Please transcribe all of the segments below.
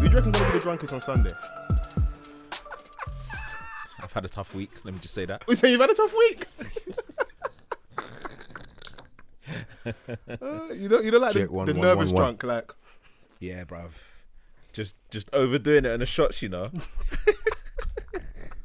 you reckon gonna be the drunkest on Sunday? I've had a tough week. Let me just say that. We say you've had a tough week. Uh, you know, you know, like the, Check one, the one, nervous one, one. drunk, like Yeah, bruv. Just just overdoing it on the shots, you know.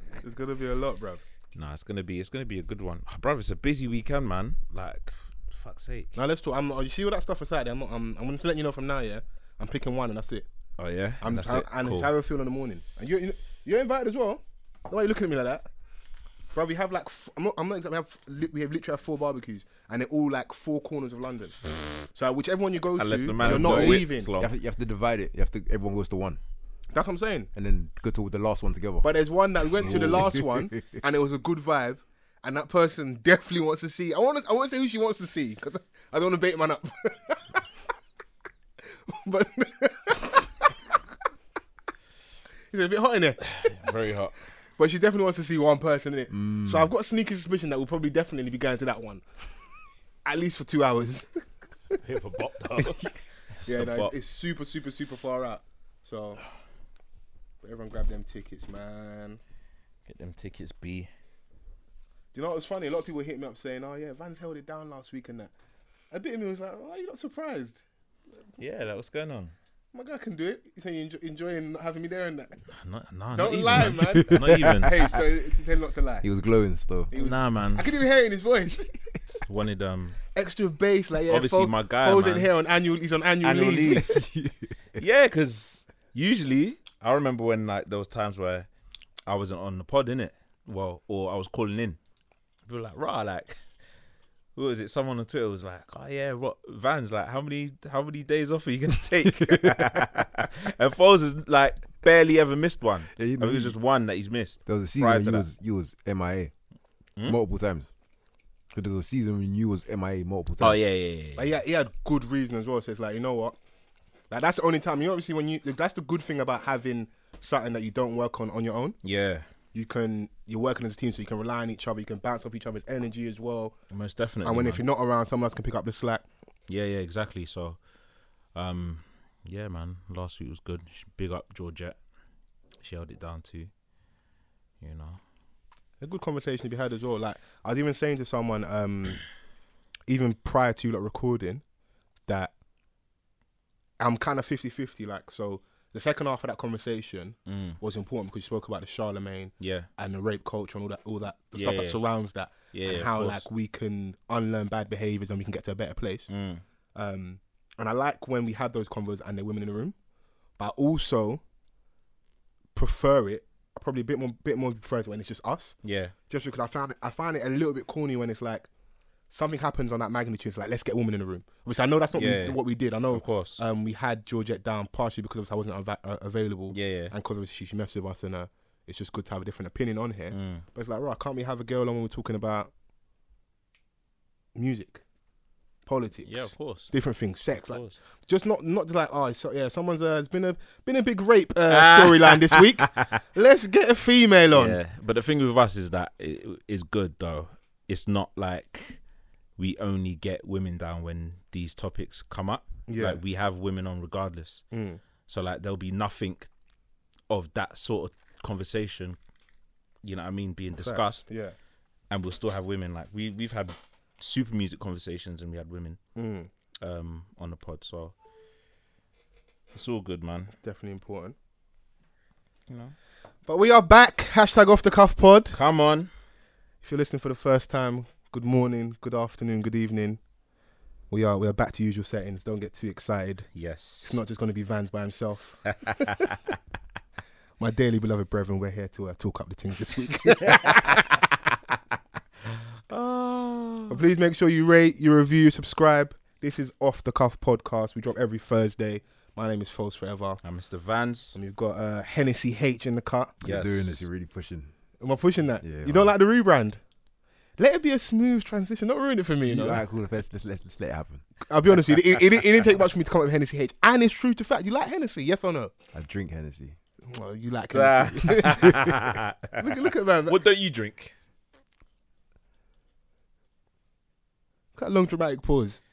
it's gonna be a lot, bruv. nah, it's gonna be it's gonna be a good one, bruv. It's a busy weekend, man. Like, fuck's sake. Now let's talk. I'm, you see all that stuff aside. I'm, not, I'm, I'm going to let you know from now. Yeah, I'm picking one, and that's it. Oh yeah, I'm, that's I, it. And Cool. it's how I feel in the morning. And you, you, you're invited as well. Why are you looking at me like that, bro? We have like, f- I'm not, I'm not exactly. We have, li- we have literally have four barbecues, and they're all like four corners of London. so whichever one you go Unless to, the man you're has not got a whip leaving. slot. You have, to, you have to divide it. You have to. Everyone goes to one, That's what I'm saying. and then go to the last one together. But there's one that we went to the last one, and it was a good vibe. And that person definitely wants to see. I want to. I want to say who she wants to see because I don't want to bait man up. but it's a bit hot in there. Very hot. But she definitely wants to see one person in it. So I've got a sneaky suspicion that we'll probably definitely be going to that one, at least for two hours. Hit for bop though. yeah, no, bop. it's, it's super, super, super far out. So but everyone grab them tickets, man. Get them tickets, B. Do you know what was funny? A lot of people hit me up saying, "Oh yeah, Vans held it down last week and that." A bit of me was like, "Why are you not surprised? Yeah, like, what's going on? My guy can do it." He's saying enjoy, enjoying enjoying having me there and that. No, no, Don't not even, lie, man. Not even. hey, so tend not to lie. he was glowing still. He was- nah, I man. could even hear it in his voice. Wanted um. Extra bass, like yeah. Obviously, my guy, Foles in man. here on annual. He's on annual, Annual leave. Yeah, because usually I remember when like there was times where I wasn't on the pod, innit? Well, or I was calling in. People were like, rah, like who was it? Someone on Twitter was like, Oh yeah, what Vans, like how many how many days off are you gonna take? and Foles is like barely ever missed one. Yeah, you I think know- it's just one that he's missed. There was a season Prior when to you that. Hmm? was you was MIA multiple times. So there was a season when you was MIA multiple times. Oh yeah, yeah, yeah. Like, he, had, he had good reason as well. So it's like, you know what? Like that's the only time. You know, obviously when you that's the good thing about having something that you don't work on on your own. Yeah. You can you're working as a team, so you can rely on each other. You can bounce off each other's energy as well. Most definitely. And when if man. you're not around, someone else can pick up the slack. Yeah, yeah, exactly. So um yeah, man. Last week was good. Sh- Big up Georgette. She held it down too. You know. A good conversation to be had as well. Like I was even saying to someone, um, even prior to like recording, that I'm kind of 50-50, Like so, the second half of that conversation Mm. was important because you spoke about the Charlemagne Yeah. and the rape culture and all that, all that the Yeah, stuff that yeah. surrounds that, Yeah. and yeah, of how course. like we can unlearn bad behaviors and we can get to a better place. Mm. Um, and I like when we had those convos and the women in the room, but I also prefer it. I probably a bit more, bit more prefer it when it's just us, Yeah. just because I found it, I find it a little bit corny when it's like something happens on that magnitude. It's like let's get women in the room, which I know that's not Yeah. we, what we did. I know Of course. um, we had Georgette down partially because I wasn't ava- uh, available yeah. Yeah. and because she, she messed with us and uh, it's just good to have a different opinion on here. Mm. But it's like, right, can't we have a girl on when we're talking about music, politics, Yeah. Of course. different things, sex, Of like course. just not not like, oh, so, yeah, someone's uh, it's been a been a big rape Ah. uh, storyline this week. Let's get a female on. Yeah. But the thing with us is that it is good though. It's not like we only get women down when these topics come up. Yeah. Like we have women on regardless. Mm. So like there'll be nothing of that sort of conversation, you know what I mean, being discussed. Yeah. And we'll still have women. Like we we've had super music conversations and we had women Mm. um on the pod. So it's all good, man. Definitely important. You know. But we are back. Hashtag off the cuff pod. Come on. If you're listening for the first time, good morning, good afternoon, good evening. We are we are back to usual settings. Don't get too excited. Yes. It's not just going to be Vans by himself. My dearly beloved brethren, we're here to uh, talk up the things this week. Ah. But please make sure you rate, you review, subscribe. This is Off the Cuff Podcast. We drop every Thursday. My name is False Forever. I'm Mr. Vans. And we've got uh, Hennessy H in the cut. You're Yes. doing this. You're really pushing. Am I pushing that? Yeah, you man. don't like the rebrand? Let it be a smooth transition. Don't ruin it for me. You You know? know, alright, cool. Let's, let's, let's, let's let it happen. I'll be honest with you. It, it, it didn't take much for me to come up with Hennessy H. And it's true to fact. You like Hennessy? Yes or no? I drink Hennessy. Well, you like Hennessy. what look, look at that. man. don't you drink? Quite a long dramatic pause.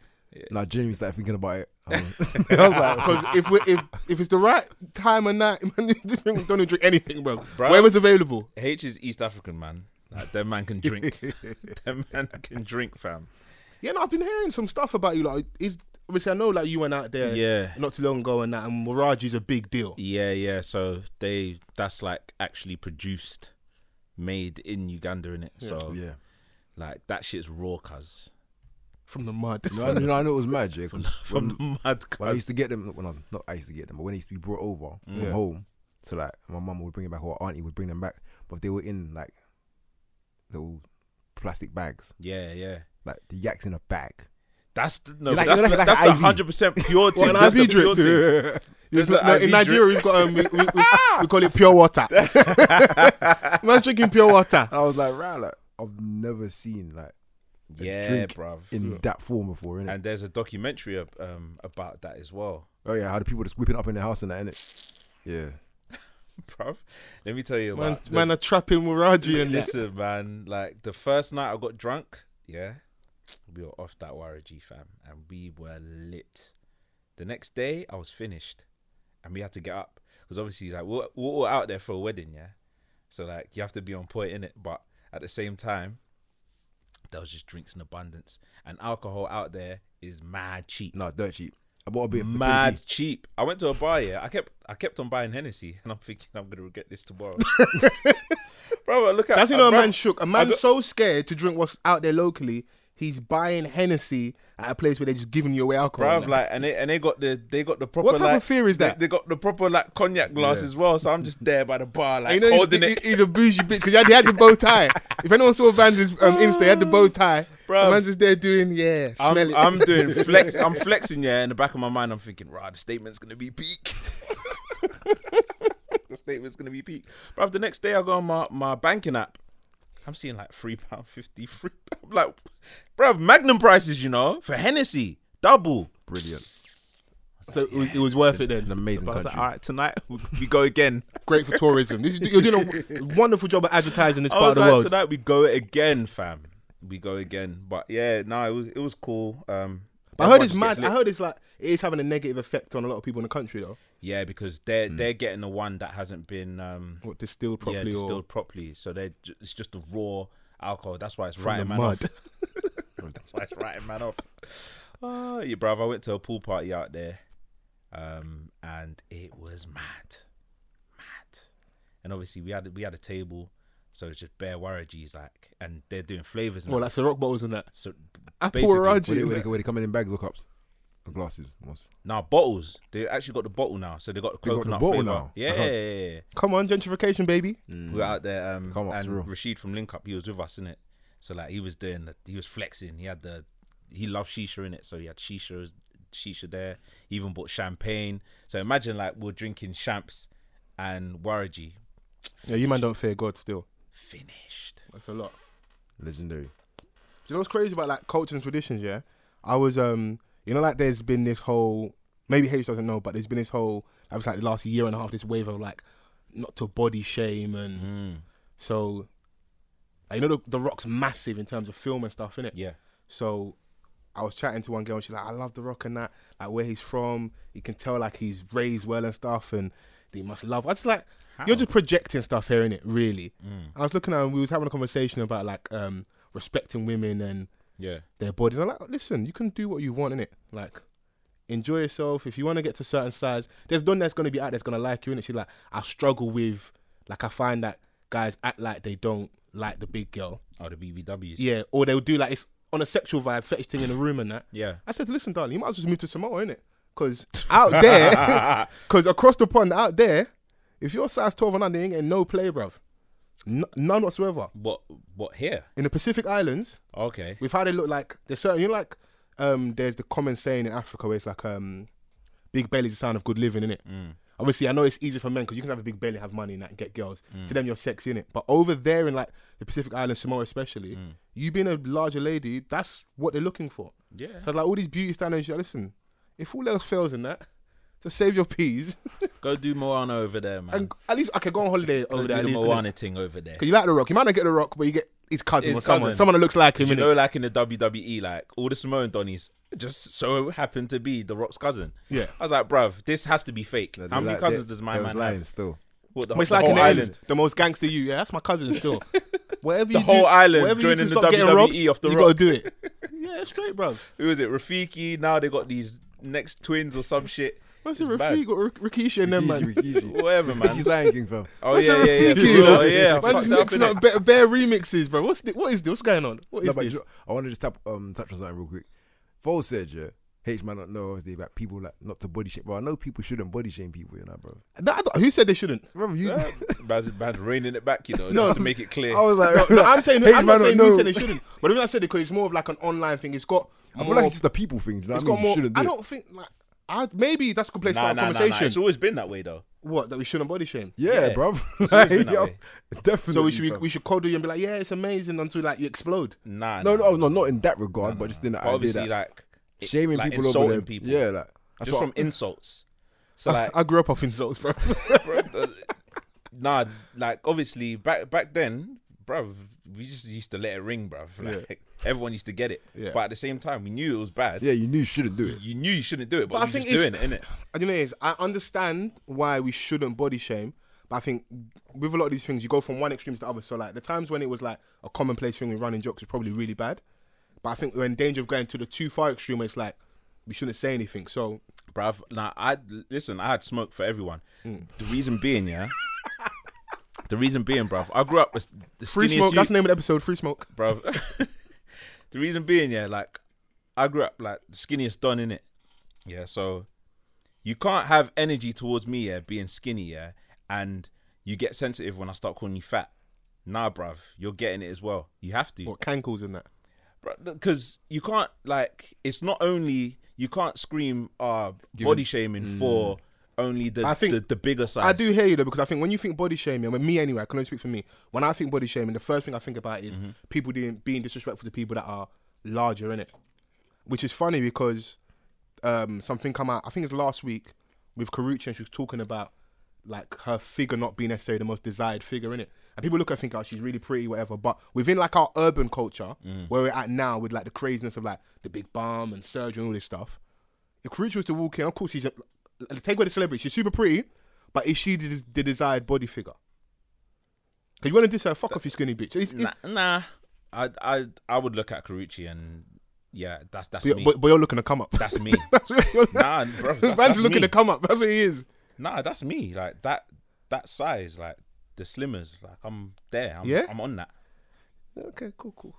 Now Jamie started thinking about it. I was like, Because if we if if it's the right time and night, man, this thing don't drink anything, bro. Bro. Whatever's available. H is East African man. Like that man can drink. that man can drink, fam. Yeah, no, I've been hearing some stuff about you. Like, is obviously I know like you went out there Yeah. not too long ago and that, and Mirage is a big deal. Yeah, yeah. So they that's like actually produced, made in Uganda, in it. So yeah. like that shit's raw, cuz From the mud. No, I, you know, I know it was mad, yeah, 'cause from when- the mad when I cuz. used to get them, when I'm not I used to get them, but when they used to be brought over from Yeah. home to like my mum would bring them back or auntie would bring them back, but they were in like little plastic bags, Yeah, yeah. like the yaks in a bag. That's the, no, You're like- that's, you're the, like- that's like the IV. hundred percent pure Well, thing. an That's the IV drip. pure thing. It's There's like- no no, IV in Nigeria, we've got um, we, we, we, we call it pure water. Man's drinking pure water. And I was like, right, like I've never seen like a Yeah, drink bruv. in that form before, innit? And there's a documentary ab- um, about that as well, oh yeah, how the people just whipping up in their house and that, innit? Yeah, bruv. Let me tell you Man, about the- man are trapping Miraji and this. Listen, man, like the first night I got drunk, yeah, we were off that Warragy fam and we were lit. The next day, I was finished and we had to get up because obviously, like, we're, we're all out there for a wedding, yeah? So, like, you have to be on point in it, but at the same time, there was just drinks in abundance and alcohol out there is mad cheap. no, dirt cheap. I bought a bit. for Mad cheap. I went to a bar. Yeah, I kept I kept on buying Hennessy, and I'm thinking I'm gonna regret this tomorrow. bro, look at That's you know a bro, man shook. A man got- so scared to drink what's out there locally, he's buying Hennessy at a place where they're just giving you away alcohol. Bruv, like, and they and they got the they got the proper. What type like, of fear is they- that? They, got the proper like cognac glass as well. So I'm just there by the bar, And like you know he's, holding it. he- he's a bougie bitch because he had the bow tie. if anyone saw Vans' um, Insta, he had the bow tie. Bruv. The man's just there doing yeah, smell I'm, it. I'm doing flex. I'm flexing. Yeah, in the back of my mind, I'm thinking, right, the statement's gonna be peak. the statement's gonna be peak. Bruv, the next day I go on my my banking app. I'm seeing like three pound fifty. Three. I'm like, bruv, Magnum prices, you know, for Hennessy, double. Brilliant. so it was, it was worth it then. It's an amazing But I was country. like, all right, tonight we we go again. Great for tourism. This is, you're doing a wonderful job at advertising this I part of was the like, world. tonight we go again, fam. We go again. But yeah, no, it was it was cool. Um, But I heard everyone it's just mad. gets I lit. heard it's like it is having a negative effect on a lot of people in the country though. Yeah, because they're they're getting the one that hasn't been um What distilled yeah properly distilled or properly. So they ju- it's just the raw alcohol. That's why it's from right the man mud? off. That's why it's right man off. Oh, yeah, bruv. I went to a pool party out there, um, and it was mad, mad. And obviously we had we had a table, so it's just bare warragies like, and they're doing flavors. and well, that. that's the rock bottles and that. so Apple basically- Were they, Raji. were, they, were they coming in bags or cups? Or glasses? What's- Now bottles. They actually got the bottle now, so they got the They got the coconut bottle flavor. now. Yeah, Uh-huh. yeah, yeah, yeah. Come on, gentrification, baby. we were out there. Um, Come on, it's and real. Rashid from Link Up, he was with us in it. So like he was doing, the, he was flexing. He had the, he loved shisha in it. So he had shisha, as- shisha there. He even bought champagne. So imagine like we're drinking champs and warraji. Yeah, you man don't fear God still. Finished. That's a lot. Legendary. Do you know what's crazy about like culture and traditions? Yeah, I was um, you know, like there's been this whole maybe H doesn't know, but there's been this whole I was like the last year and a half this wave of like not to body shame and so like, you know the, the Rock's massive in terms of film and stuff, innit? Yeah. So I was chatting to one girl and she's like, I love The Rock and that, like where he's from. You can tell like he's raised well and stuff and they must love. I just like, you're just projecting stuff here, innit, really. I was looking at him, we was having a conversation about like um, respecting women and Yeah. their bodies. I'm like, "Oh, listen, you can do what you want, innit? Like, enjoy yourself. If you want to get to certain size, there's none that's going to be out there's going to like you, innit? She's like, I struggle with, like, I find that guys act like they don't like the big girl. Oh, the BBWs. Yeah, or they'll do like it's on a sexual vibe, fetish thing in the room and that. Yeah. I said, listen, darling, you might as well just move to Samoa, innit? Because out there, because across the pond, out there, if you're size 12 and under, you ain't getting no play, bruv. N- none whatsoever. What? What here? In the Pacific Islands, Okay. with how they look like, there's certain, you know, like, um, there's the common saying in Africa where it's like, um, big belly's the sign of good living, innit? Mm. Obviously, I know it's easy for men because you can have a big belly, have money, and that, and get girls. Mm. To them, you're sexy, innit? But over there in like the Pacific Islands, Samoa especially, Mm. you being a larger lady, that's what they're looking for. Yeah. So like all these beauty standards, yeah, listen, if all else fails in that, just save your peas Go do Moana over there, man. and at least I can go on holiday Go over do there. the At least, Moana thing over there. Cause you like the rock, you might not get the rock, but you get his cousin His or someone, cousin. someone that looks like him. You innit? know, like in the WWE, like all the Samoan Donnies just so happened to be The Rock's cousin. Yeah. I was like, bruv, this has to be fake. They How were many like, cousins they- does my they was man lying have? still. What, the, But it's the like in whole the island. island, the most gangster you. Yeah, that's my cousin still. Whatever The you whole do, island whatever joining you do, the to stop getting robbed, WWE off The you Rock. gotta do it. Yeah, straight, bro. Who is it? Rafiki. Now they got these next twins or some shit. What's it, It's bad. Rafiq or Rik- Rikishi and them man? Whatever, man. He's lying, King fam. Oh What's yeah, it, yeah, yeah, for Rafiki, real. though? Oh, yeah. I Man's fucked it up, mixing innit? up bare, bare remixes, bro. What's thi- what is this? What's going on? What No, is but this? you- I want to just tap, um, touch on something real quick. Foles said, yeah, H might not know obviously about people like not to body shame, but I know people shouldn't body shame people, you know, bro. Nah, I don't- who said they shouldn't? Remember you? Man's, man's reining it back, you know, No. just to make it clear. I was like, No, no, I'm saying H I'm might not not saying know. who said they shouldn't. But the reason I said it because it's more of like an online thing. It's got I more. feel like it's just a people thing. Do you know it's what got I mean? more. you shouldn't do I it. don't think like. I, maybe that's good place for nah, our nah, nah, nah. conversation. It's always been that way, though. What that we shouldn't body shame. Yeah, Yeah. bro. It's always been that way. Definitely. So we should be, bruv. we should coddle you and be like, yeah, it's amazing until like you explode. Nah, no, oh, nah. no, no, not in that regard, but just in the But idea obviously, that like it- shaming like people insulting over them. people. Yeah, like that's just what from insults. So like, I grew up off insults, bro. bro, the- nah, like obviously back back then, bruv, we just used to let it ring, bruv. Like everyone used to get it, Yeah. but at the same time, we knew it was bad. yeah, you knew you shouldn't do it. You knew you shouldn't do it, but, But I you're think just doing it, it's- innit? And you know, it is I understand why we shouldn't body shame, but I think with a lot of these things, you go from one extreme to the other. So like the times when it was like a commonplace thing with running jokes is probably really bad, but I think we're in danger of going to the too far extreme. Where it's like we shouldn't say anything. So bruv. Now I listen. I had smoke for everyone. Mm. The reason being, yeah. the reason being, bruv, I grew up with the free skinniest smoke. you- That's the name of the episode. Free smoke. bruv. the reason being, yeah, like I grew up like the skinniest done in it. Yeah, so you can't have energy towards me, yeah, being skinny, yeah, and you get sensitive when I start calling you fat. Nah, bruv, you're getting it as well. You have to, What cankles and that? because you can't like. It's not only you can't scream uh body shaming for only the, Mm. I think- the the bigger size. I do hear you though because I think when you think body shaming, I mean, me anyway, I can only speak for me. When I think body shaming, the first thing I think about is people doing, being disrespectful to people that are larger in it, which is funny because um, something come out. I think it's last week with Karuchi and she was talking about like her figure not being necessarily the most desired figure in it, and people look at her and think, oh, she's really pretty, whatever. But within like our urban culture Mm. where we're at now with like the craziness of like the big bum and surgery and all this stuff, if Karuchi was to walk in, of course she's a, take away the celebrity, she's super pretty. But is she the, the desired body figure? Because you want to diss her, fuck off, you skinny bitch. It's, it's, nah, nah. I I I would look at Karuchi and yeah, that's that's but, me. you're- but- but you're looking to come up. that's me. That's what you're nah, bro, that, Man's that's looking me. to come up. That's what he is. nah, that's me. Like that, that size, like the slimmers, like I'm there. I'm, Yeah? I'm on that. Okay, cool, cool.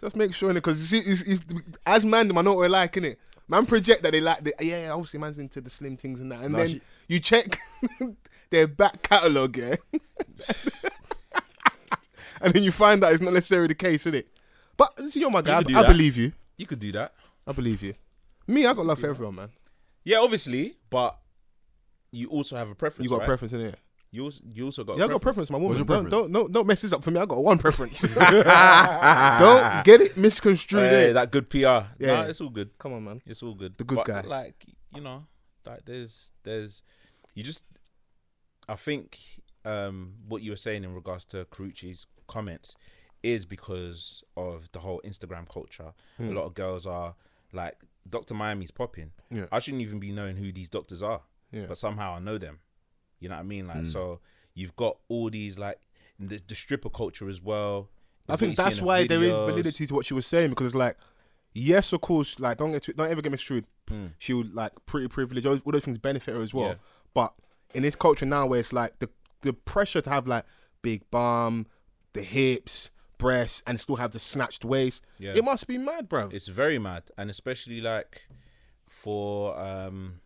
Just make sure, because it's, it's, as man, I know what we're like, innit? Man project that they like, the, yeah, yeah, obviously man's into the slim things and that. And Nah, then she- you check their back catalogue, yeah? and then you find out it's not necessarily the case, innit? But listen, you're my guy. could do I, I that. believe you. You could do that. I believe you. Me, I got love for everyone, man. Yeah, obviously, but you also have a preference. You got a right? preference in it. You also, you also got. Yeah, a I got a preference, my woman. your Don't, preference? don't, don't, don't mess this up for me. I got one preference. don't get it misconstrued. Hey, eh? that good PR. Yeah, Yeah. it's all good. Come on, man. It's all good. The good But, guy. Like you know, like there's there's, you just, I think, um, what you were saying in regards to Carucci's comments is because of the whole Instagram culture. Hmm. A lot of girls are like Doctor Miami's popping. Yeah. I shouldn't even be knowing who these doctors are, Yeah. Hmm. but somehow I know them. You know what I mean? Like so, you've got all these like the, the stripper culture as well. I What you think see in that's the why there is videos. validity to what she was saying because it's like, yes, of course, like don't get to, don't ever get misconstrued. Hmm. She would like pretty privileged. All, all those things benefit her as well. Yeah. But in this culture now, where it's like the the pressure to have like big bum, the hips, breasts, and still have the snatched waist, Yeah. it must be mad, bro. it's very mad and especially like for um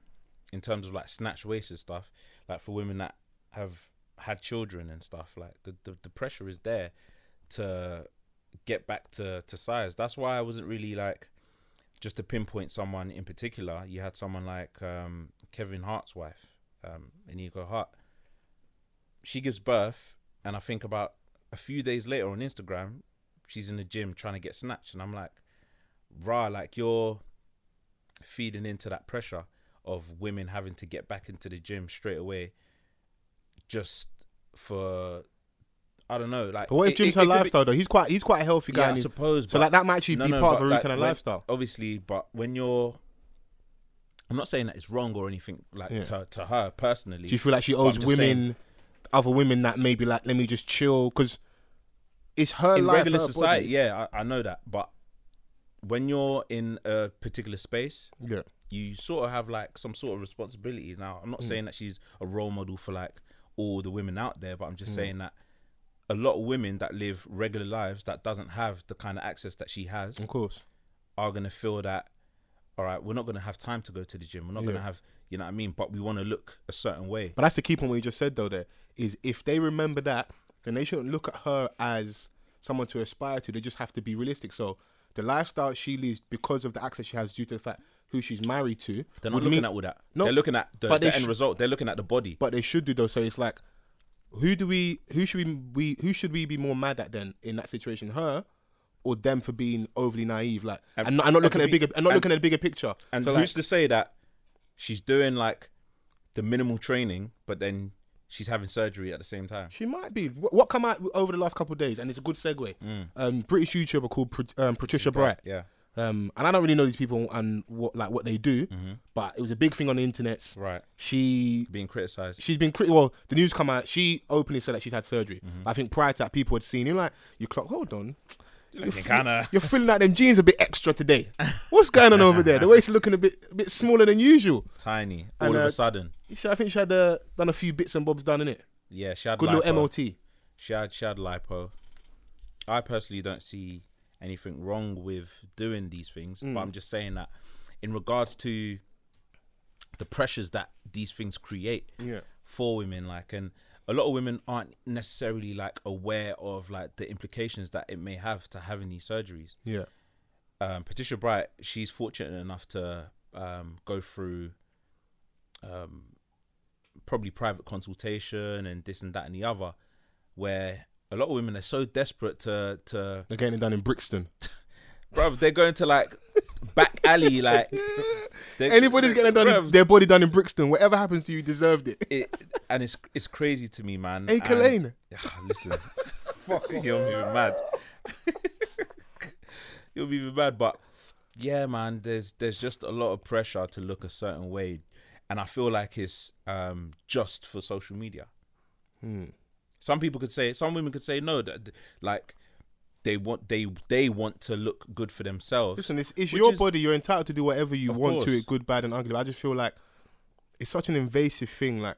in terms of like snatch waist and stuff like for women that have had children and stuff like the, the, the pressure is there to get back to to size that's why i wasn't really like just to pinpoint someone in particular you had someone like um kevin hart's wife um inigo hart she gives birth and i think about a few days later on instagram she's in the gym trying to get snatched and i'm like rah, like you're feeding into that pressure of women having to get back into the gym straight away just for I don't know. Like, But what if it- Jim's her it- it could be- lifestyle though? He's quite he's quite a healthy guy. Yeah, I and he's- suppose. so but- like that might actually No, be no, part but of a like routine and a when- lifestyle. Obviously, but when you're, I'm not saying that it's wrong or anything like Yeah. to, to her personally. Do you feel like she I'm owes just women, other women, that maybe like let me just chill because it's her in life, regular her society, body. yeah, I, I know that. But when you're in a particular space, Yeah. you sort of have like some sort of responsibility. Now, I'm not Mm. saying that she's a role model for like all the women out there, but I'm Mm. just saying that a lot of women that live regular lives that doesn't have the kind of access that she has of course. are gonna feel that all right, we're not gonna have time to go to the gym. We're not Yeah. gonna have you know what I mean, but we wanna look a certain way. But that's the key point what you just said though. There is if they remember that, then they shouldn't look at her as someone to aspire to. They just have to be realistic. So the lifestyle she leads because of the access she has due to the fact who she's married to. They're not would looking mean- at all that. No, They're looking at the, but they the end sh- result. They're looking at the body. But they should do though. So it's like, who do we? Who should we? we who should we be more mad at then in that situation? Her or them for being overly naive? Like, And- and, not, and not and looking to at be- bigger, and not and- looking at the bigger picture. And so like, who's to say that she's doing like the minimal training, but then she's having surgery at the same time? she might be. What, what come out over the last couple of days? And it's a good segue. Um, British YouTuber called Pat- um, Patricia Bright. Mm. Yeah. Um, and I don't really know these people and what like what they do, but it was a big thing on the internet. Mm-hmm. Right. She Being criticized. she's been critical. Well, the news come out. She openly said that she's had surgery. Mm-hmm. I think prior to that, people had seen him like you clock. Hold on, you're, you fe- kinda- you're feeling like them jeans a bit extra today. What's going on over there? The waist looking a bit a bit smaller than usual. Tiny. All And, of uh, a sudden. She, I think she had uh, done a few bits and bobs done in it. Yeah, she had Good lipo. little MLT. She had she had lipo. I personally don't see anything wrong with doing these things, but I'm just saying that in regards to the pressures that these things create Yeah. for women, like and a lot of women aren't necessarily like aware of like the implications that it may have to having these surgeries. Yeah, Um, Patricia Bright, she's fortunate enough to um, go through um, probably private consultation and this and that and the other, where a lot of women are so desperate to to they're getting it done in Brixton. bruv, they're going to like back alley like they- Anybody's getting it done bruv, their body done in Brixton. Whatever happens to you, deserved it. it, and it's it's crazy to me, man. Hey, And- Kalane. Ah, listen, fuck, you're moving mad. you're moving mad, but yeah, man. There's there's just a lot of pressure to look a certain way, and I feel like it's um just for social media. Hmm. Some people could say, some women could say no, that like they want they they want to look good for themselves. Listen, it's, it's Which your is- body. You're entitled to do whatever you Of want to course. it, good, bad, and ugly. But I just feel like it's such an invasive thing. Like,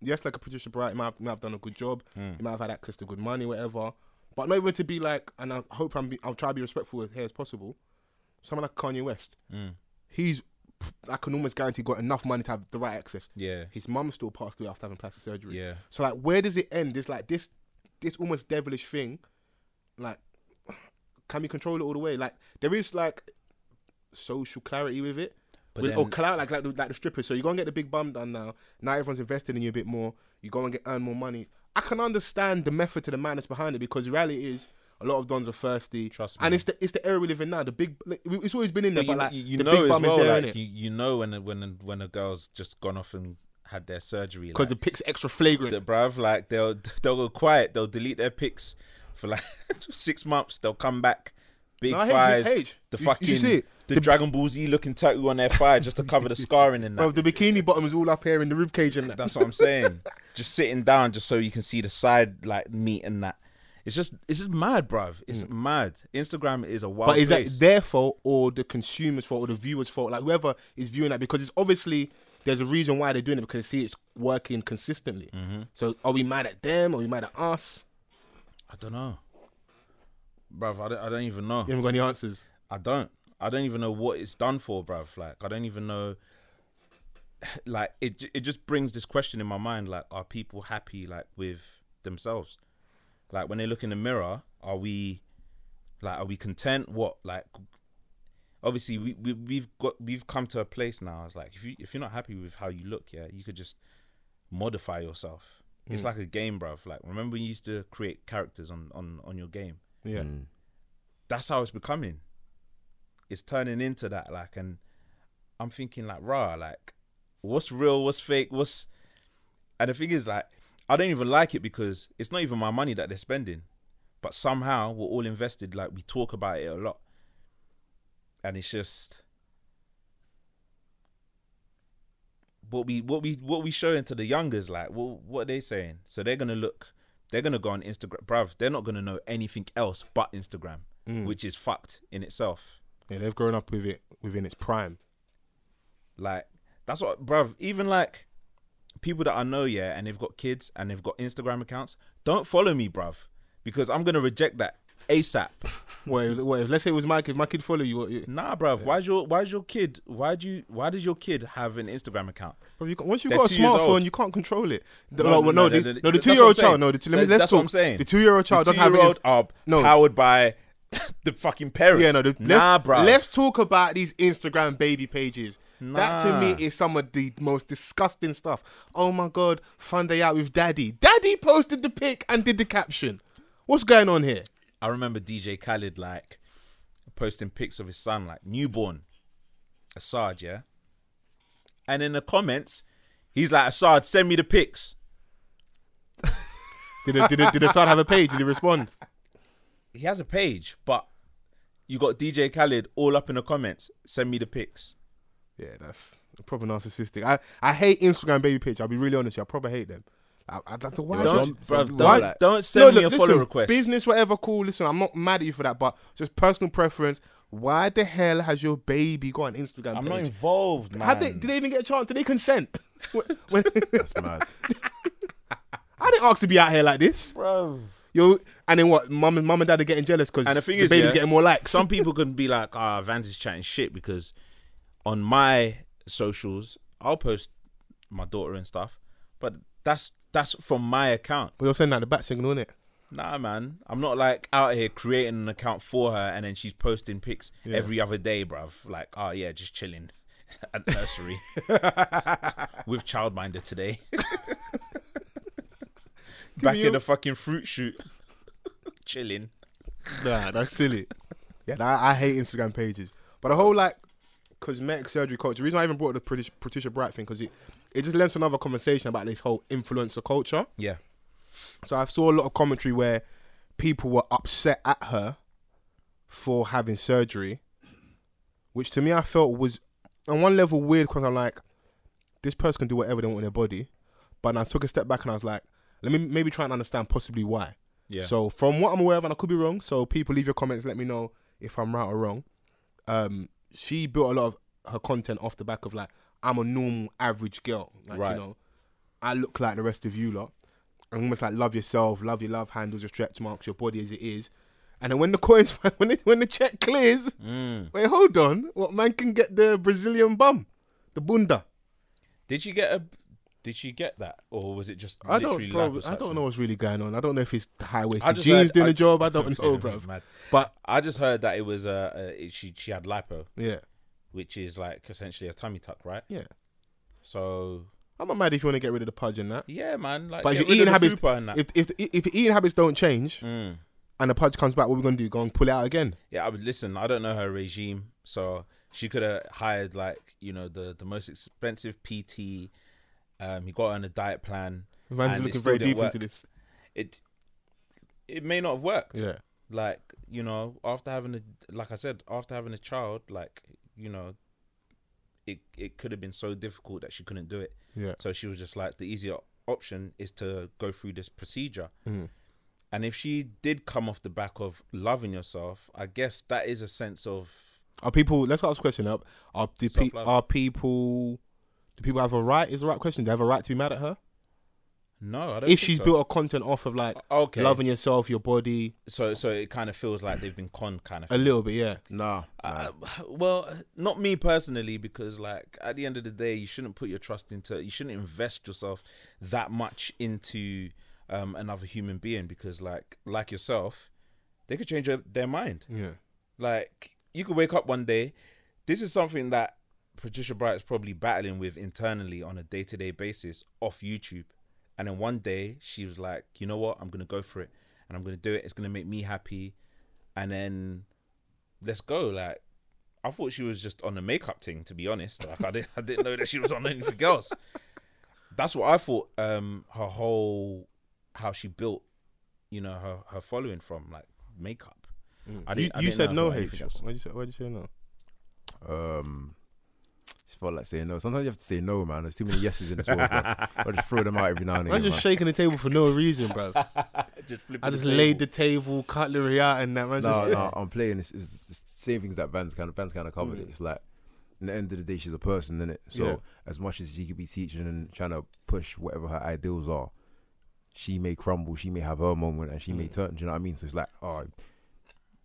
yes, like a producer, Bright might have, might have done a good job. Mm, Hmm. You might have had access to good money, whatever. But not even to be like, and I hope I'm. Be, I'll try to be respectful with here as possible. Someone like Kanye West, mm, he's. I can almost guarantee got enough money to have the right access. Yeah, His mum still passed away after having plastic surgery. yeah. So like, where does it end? It's like this, this almost devilish thing. Like, can we control it all the way? Like, there is like social clarity with it, But with, or then- clout like like the, like the strippers. So you go and get the big bum done now. Now everyone's invested in you a bit more. You go and get earn more money. I can understand the method to the madness behind it because the reality is. A lot of dons are thirsty. Trust and me. it's the it's the era we live in now. The big, like, it's always been in there, But but, like you, you the know big as bum well, is there, like innit? you, you know when a, when a, when a girl's just gone off and had their surgery, Because because the pick's extra flagrant. the bruv, like they'll they'll go quiet, they'll delete their pics for like six months, they'll come back, big No, I hate you, thighs, hate. the You- you fucking see it? the, Dragon Ball Z looking tattoo on their thigh just to cover the scarring and that. Bro, the bikini bottom is all up here in the rib cage and that. That's what I'm saying. just sitting down just so you can see the side like meat and that. It's just it's just mad, bruv. It's mad. Instagram is a Mm. wild But is place. that their fault or the consumer's fault or the viewer's fault? Like whoever is viewing that, because it's obviously there's a reason why they're doing it because they see it's working consistently. Mm-hmm. So are we mad at them? Are we mad at us? I don't know. Bruv, I don't, I don't even know. You haven't got any answers. I don't. I don't even know what it's done for, bruv. Like, I don't even know. Like, it ju- it just brings this question in my mind: like, are people happy like with themselves? Like, when they look in the mirror, are we, like, are we content? What like? Obviously, we, we we've got we've come to a place now. It's like if you if you're not happy with how you look, yeah, you could just modify yourself. It's like a game, bruv. Like, remember when you used to create characters on on on your game? Yeah. Mm. Mm, that's how it's becoming. It's turning into that, like, and I'm thinking, like, rah, like, what's real, what's fake, what's. And the thing is, like, I don't even like it because it's not even my money that they're spending, but somehow we're all invested. Like we talk about it a lot, and it's just what we what we what we showing to the youngers. Like what what are they saying? So they're gonna look. They're gonna go on Instagram, bruv. They're not gonna know anything else but Instagram, which is fucked in itself. Yeah, they've grown up with it within its prime. Like that's what, bruv. Even like people that I know, yeah, and they've got kids and they've got Instagram accounts. Don't follow me, bruv, because I'm gonna reject that ASAP. Well, if- well, if, let's say it was my kid. If my kid follow you, what, you nah, bruv. Why's your Why's your kid? Why do you Why does your kid have an Instagram account? bro, you can, once you've They're got a two years old. smartphone, you can't control it. The- No, no, no, well, no, no, no, the, no, no, the that's what I'm two-year-old saying. child. No, the two, let me, That- let's that's talk. what I'm saying. The two-year-old child the doesn't have two-year-old it. are No. powered by the fucking parents. Yeah, no. The, nah, let's, bruv. Let's talk about these Instagram baby pages. That to Nah. me is some of the most disgusting stuff. Oh my god, fun day out with daddy. Daddy posted the pic and did the caption. What's going on here? I remember DJ Khaled like posting pics of his son, like newborn, Assad, yeah. And in the comments, he's like, Assad, send me the pics. Did a, did a, did a son have a page? Did he respond? He has a page, but you got DJ Khaled all up in the comments. Send me the pics. Yeah, that's proper narcissistic. I, I hate Instagram baby pictures. I'll be really honest. with you. I probably hate them. I, I, that's a why. Don't, some- bruv, some people don't, are like- don't send No, me a look, follow listen, request. Business, whatever, cool. Listen, I'm not mad at you for that, but just personal preference. Why the hell has your baby got an Instagram? I'm page? not involved, man. How they, did they even get a chance? Did they consent? When- It's mad. I didn't ask to be out here like this. Bruv. Yo, and then what? Mum and mum and dad are getting jealous because And the thing is, baby's yeah, getting more likes. Some people can be like, ah, Van's chatting shit because on my socials, I'll post my daughter and stuff, but that's that's from my account. but you're sending out the bat signal, innit? Nah, man, I'm not like out here creating an account for her and then she's posting pics every other day, bruv. Like, oh yeah, just chilling at nursery with childminder today. Back in the fucking fruit shoot, chilling. Nah, that's silly. yeah, nah, I hate Instagram pages. But the whole like cosmetic surgery culture. The reason I even brought up the Patricia, Patricia Bright thing because it it just lends to another conversation about this whole influencer culture. Yeah, So I saw a lot of commentary where people were upset at her for having surgery, which to me I felt was on one level weird because I'm like, this person can do whatever they want in their body, but then I took a step back and I was like, let me maybe try and understand possibly why. yeah. So from what I'm aware of, and I could be wrong, so people leave your comments, let me know if I'm right or wrong. Um, she built a lot of her content off the back of like, I'm a normal average girl. Like, Right. you know, I look like the rest of you lot. And almost like love yourself, love your love handles, your stretch marks, your body as it is. And then when the coins when it, when the check clears, Mm. wait, hold on. What man can get the Brazilian bum? The bunda. Did she get a? Did she get that, or was it just? I don't literally bro, I liposuction? don't know what's really going on. I don't know if it's the high I waisted just jeans heard- doing I- the job. I don't know, bro. Mad. But I just heard that it was uh, uh it- she she had lipo, yeah. which is like essentially a tummy tuck, right? Yeah. So I'm not mad if you want to get rid of the pudge and that. yeah, man. Like, But get if your rid of eating habits, the fupa and that. if if if your eating habits don't change Mm. and the pudge comes back, what we gonna do? Go and pull it out again? Yeah, I would listen. I don't know her regime, so she could have hired like you know the the most expensive PT. Um, he got her on a diet plan. Van's And it looking still very didn't deep work. into this. It it may not have worked. Yeah, like you know after having a like i said after having a child like you know it it could have been so difficult that she couldn't do it yeah, so she was just like the easier option is to go through this procedure Mm. and if she did come off the back of loving yourself i guess that is a sense of Are people? Let's ask a question up. Are do pe- Self-love. are people? Do people have a right? Is the right question? Do they have a right to be mad at her no i don't if think she's so. Uh, built her content off of like okay loving yourself, your body, so so it kind of feels like they've been conned kind of a little bit? Yeah, Nah. nah. Uh, well, not me personally, because like at the end of the day, you shouldn't put your trust into, you shouldn't invest yourself that much into um, another human being, because like like yourself, they could change their, their mind. yeah. Like you could wake up one day. This is something that Patricia Bright is probably battling with internally on a day to day basis off YouTube, and then one day she was like, you know what, I'm gonna go for it, and I'm gonna do it. It's gonna make me happy, and then let's go. Like I thought she was just on the makeup thing, to be honest. Like I didn't, I didn't know that she was on anything else. That's what I thought. Um, her whole how she built, you know, her her following from like makeup. I Mm. you didn't- I you didn't said know no, about H. anything else. Why'd you say, why'd you say no? Um, just felt like saying no. Sometimes you have to say no, man. There's too many yeses in this world. bro. I just throw them out every now and again. I'm just man. shaking the table for no reason, bro. just flipping I just the table. laid the table, cutlery out, and that man no, just. no, I'm playing. It's, it's, it's the same things that Van's kind of Van's kind of covered. It. It's like, in the end of the day, she's a person, is it? So Mm. Yeah. as much as she could be teaching and trying to push whatever her ideals are, she may crumble. She may have her moment, and she may Mm. turn. Do you know what I mean? So it's like, oh,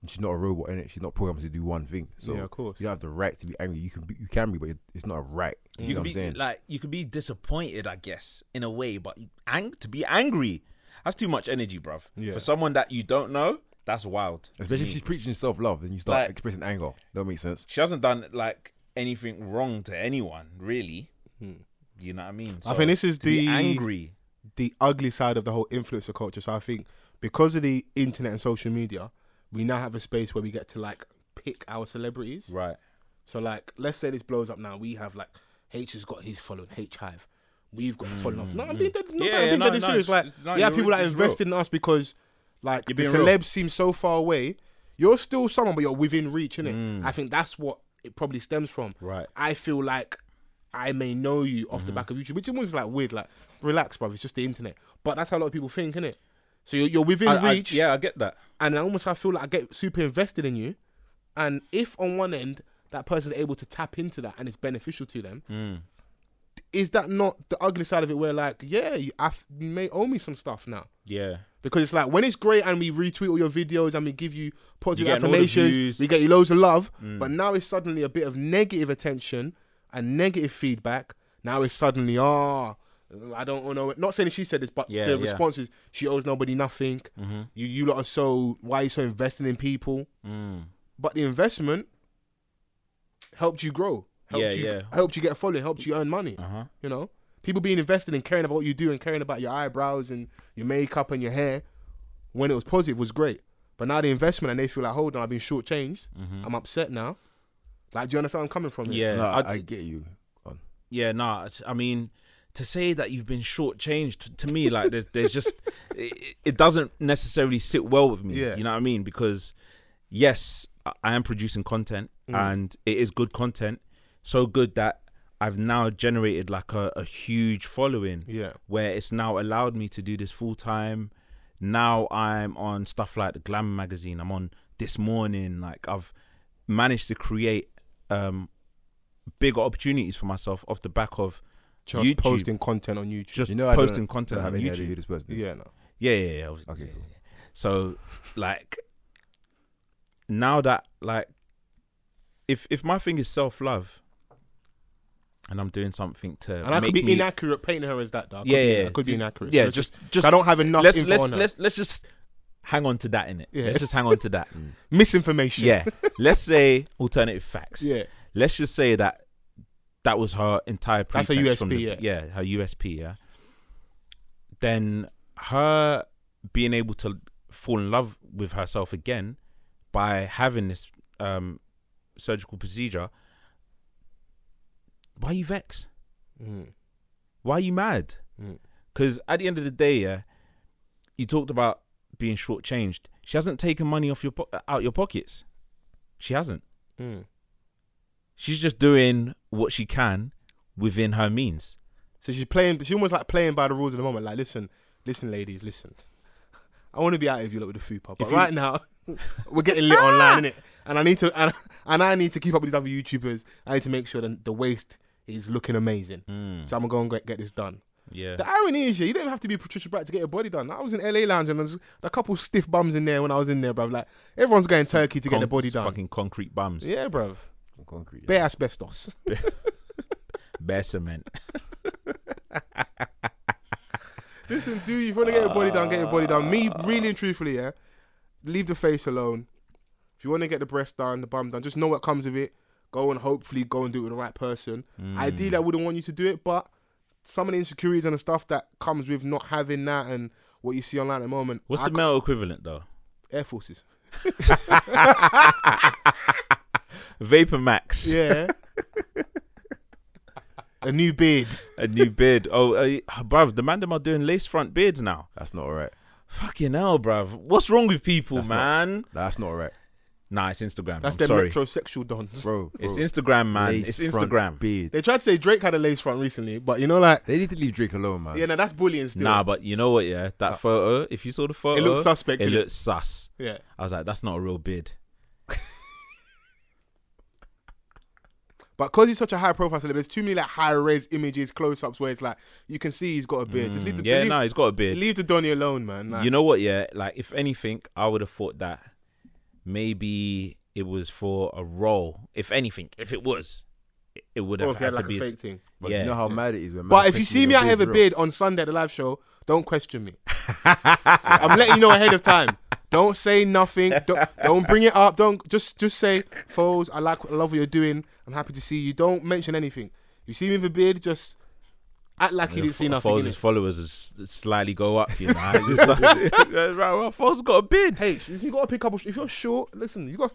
she's not a robot in it. She's not programmed to do one thing. So yeah, of course. you don't have the right to be angry. You can be, you can be, but it's not a right. You You, know could what I'm be saying? like you could be disappointed, I guess, in a way, but you- ang- to be angry, that's too much energy, bruv. Yeah. For someone that you don't know, that's wild. to Especially me. if she's preaching self love and you start Mm. Like- expressing anger. That makes sense. she hasn't done like anything wrong to anyone, really. You know what I mean? I think this is to be the- angry. The ugly side of the whole influencer culture. So I think because of the internet and social media, we now have a space where we get to like pick our celebrities. Right. So like, let's say this blows up now. We have like H has got his following, H Hive. We've got a following. No, I'm being dead. No, Yeah, I'm yeah, being no, dead no, serious. it's- Like, no, we have you're- people that it's real. invest in us because like the being real. celebs seem so far away. You're still someone, but you're within reach, innit? I think that's what it probably stems from. Mm. Right. Mm. I feel like I may know you off the back of YouTube, which is always like weird. Like, relax, bruv. It's just the internet. But that's how a lot of people think, innit? So you're, you're within I- I- reach yeah, I get that. and I almost I feel like I get super invested in you. And if on one end that person's able to tap into that and it's beneficial to them, Hmm. is that not the ugly side of it? Where like, yeah, you, I f- you may owe me some stuff now Yeah. because it's like when it's great and we retweet all your videos and we give you positive You get all the affirmations, views. Hmm. we get you loads of love. But now it's suddenly a bit of negative attention and negative feedback. Now it's suddenly ah. I don't know. Not saying she said this, but Yeah, the yeah. response is she owes nobody nothing. Mm-hmm. You, you lot are so. Why are you so invested in people? Mm. But the investment helped you grow. Helped Yeah, you, yeah. Helped you get a following. Helped you earn money. Uh huh. You know, people being invested in caring about what you do and caring about your eyebrows and your makeup and your hair when it was positive was great. But now the investment and they feel like, hold on, I've been shortchanged. I'm upset now. Like, do you understand where I'm coming from? here? Mm-hmm. Yeah. No, I'd- I, get you. Go on. yeah, nah. it's- I mean, to say that you've been shortchanged to me, like there's, there's just it, it doesn't necessarily sit well with me. Yeah. You know what I mean? Because yes, I- I am producing content, and it is good content, so good that I've now generated like a, a huge following. Yeah. where it's now allowed me to do this full time. Now I'm on stuff like the Glam magazine. I'm on this morning. Like I've managed to create um bigger opportunities for myself off the back of Just YouTube. posting content on YouTube. just You know, I posting don't, content don't have on any idea YouTube. who this person is. yeah, no. Yeah, yeah, yeah. Okay, Yeah, cool. yeah. So, like, now that like, if if my thing is self love, and I'm doing something to And I make could be me, inaccurate painting her as that, dog. Yeah, yeah, I could be yeah. inaccurate. yeah, So it's just just I don't have enough let's info let's on her. let's let's just hang on to that in it. Yeah. Let's just hang on to that. Mm. misinformation. yeah. Let's say alternative facts. Yeah. Let's just say that that was her entire That's pretext. her from USP, the- yeah. Her USP. Yeah. Then her being able to fall in love with herself again by having this um, surgical procedure. Why you vexed? Mm, Why are you mad? Mm. Because at the end of the day, yeah, you talked about being shortchanged. She hasn't taken money off your po- out your pockets. She hasn't. mm. She's just doing what she can within her means. So she's playing. She's almost like playing by the rules at the moment. Like, listen, listen, ladies, listen. I want to be out of you lot with the fupa, but If you- right now we're getting lit online, innit? And I need to, and, and I need to keep up with these other YouTubers. I need to make sure that the waist is looking amazing. So I'm gonna go and get, get this done. Mm. Yeah. The irony is, yeah, you don't have to be Patricia Bright to get your body done. I was in LA lounge and there's a couple stiff bums in there when I was in there, bruv. Like everyone's going Turkey to get their body done. Fucking concrete bums. Yeah, bruv. On concrete. Bare asbestos. Bare cement. Listen, dude, if you want to get your body done, get your body done. Me, really and truthfully, yeah, leave the face alone. If you want to get the breast done, the bum done, just know what comes of it. Go and hopefully go and do it with the right person. Mm. Ideally, I wouldn't want you to do it, but some of the insecurities and the stuff that comes with not having that and what you see online at the moment. What's I the c- male equivalent though? Air Forces? Vapor Max. Yeah. a new beard. a new beard. Oh, uh, bruv, the man them are doing lace front beards now. That's not alright. Fucking hell, bruv. What's wrong with people, That's not- man? That's not alright, Nah, it's Instagram. That's That's their I'm sorry. metrosexual dons. bro. It's bro. Instagram, man. Lace it's front Instagram. beards. They tried to say Drake had a lace front recently, but you know, like, They need to leave Drake alone, man. yeah, no, that's bullying still. Nah, but you know what? Yeah, that photo. If you saw the photo, it looks suspect. It innit? looked sus. yeah. I was like, that's not a real beard. But because he's such a high profile celebrity, there's too many like high res images, close ups where it's like you can see he's got a beard. Just leave the, Mm, yeah, leave, no, he's got a beard. leave the Donny alone, man. Like, You know what? Yeah, like if anything, I would have thought that maybe it was for a role. If anything, if it was, it- it would or have if he had had to like a be. fake thing. But yeah. you know how mad it is when. man But if you thinks see he's me, I have a real. beard on Sunday at the live show. Don't question me. I'm letting you know ahead of time. Don't say nothing. Don't, don't bring it up. Don't just just say, Foles, I like, I love what you're doing. I'm happy to see you. Don't mention anything. You see me with a beard, just act like you didn't see nothing. Foles' innit? followers would s- slightly go up, you know. It's like- right, well, Foles got a beard. Hey, you got to pick up. a sh- If you're short, listen, you got.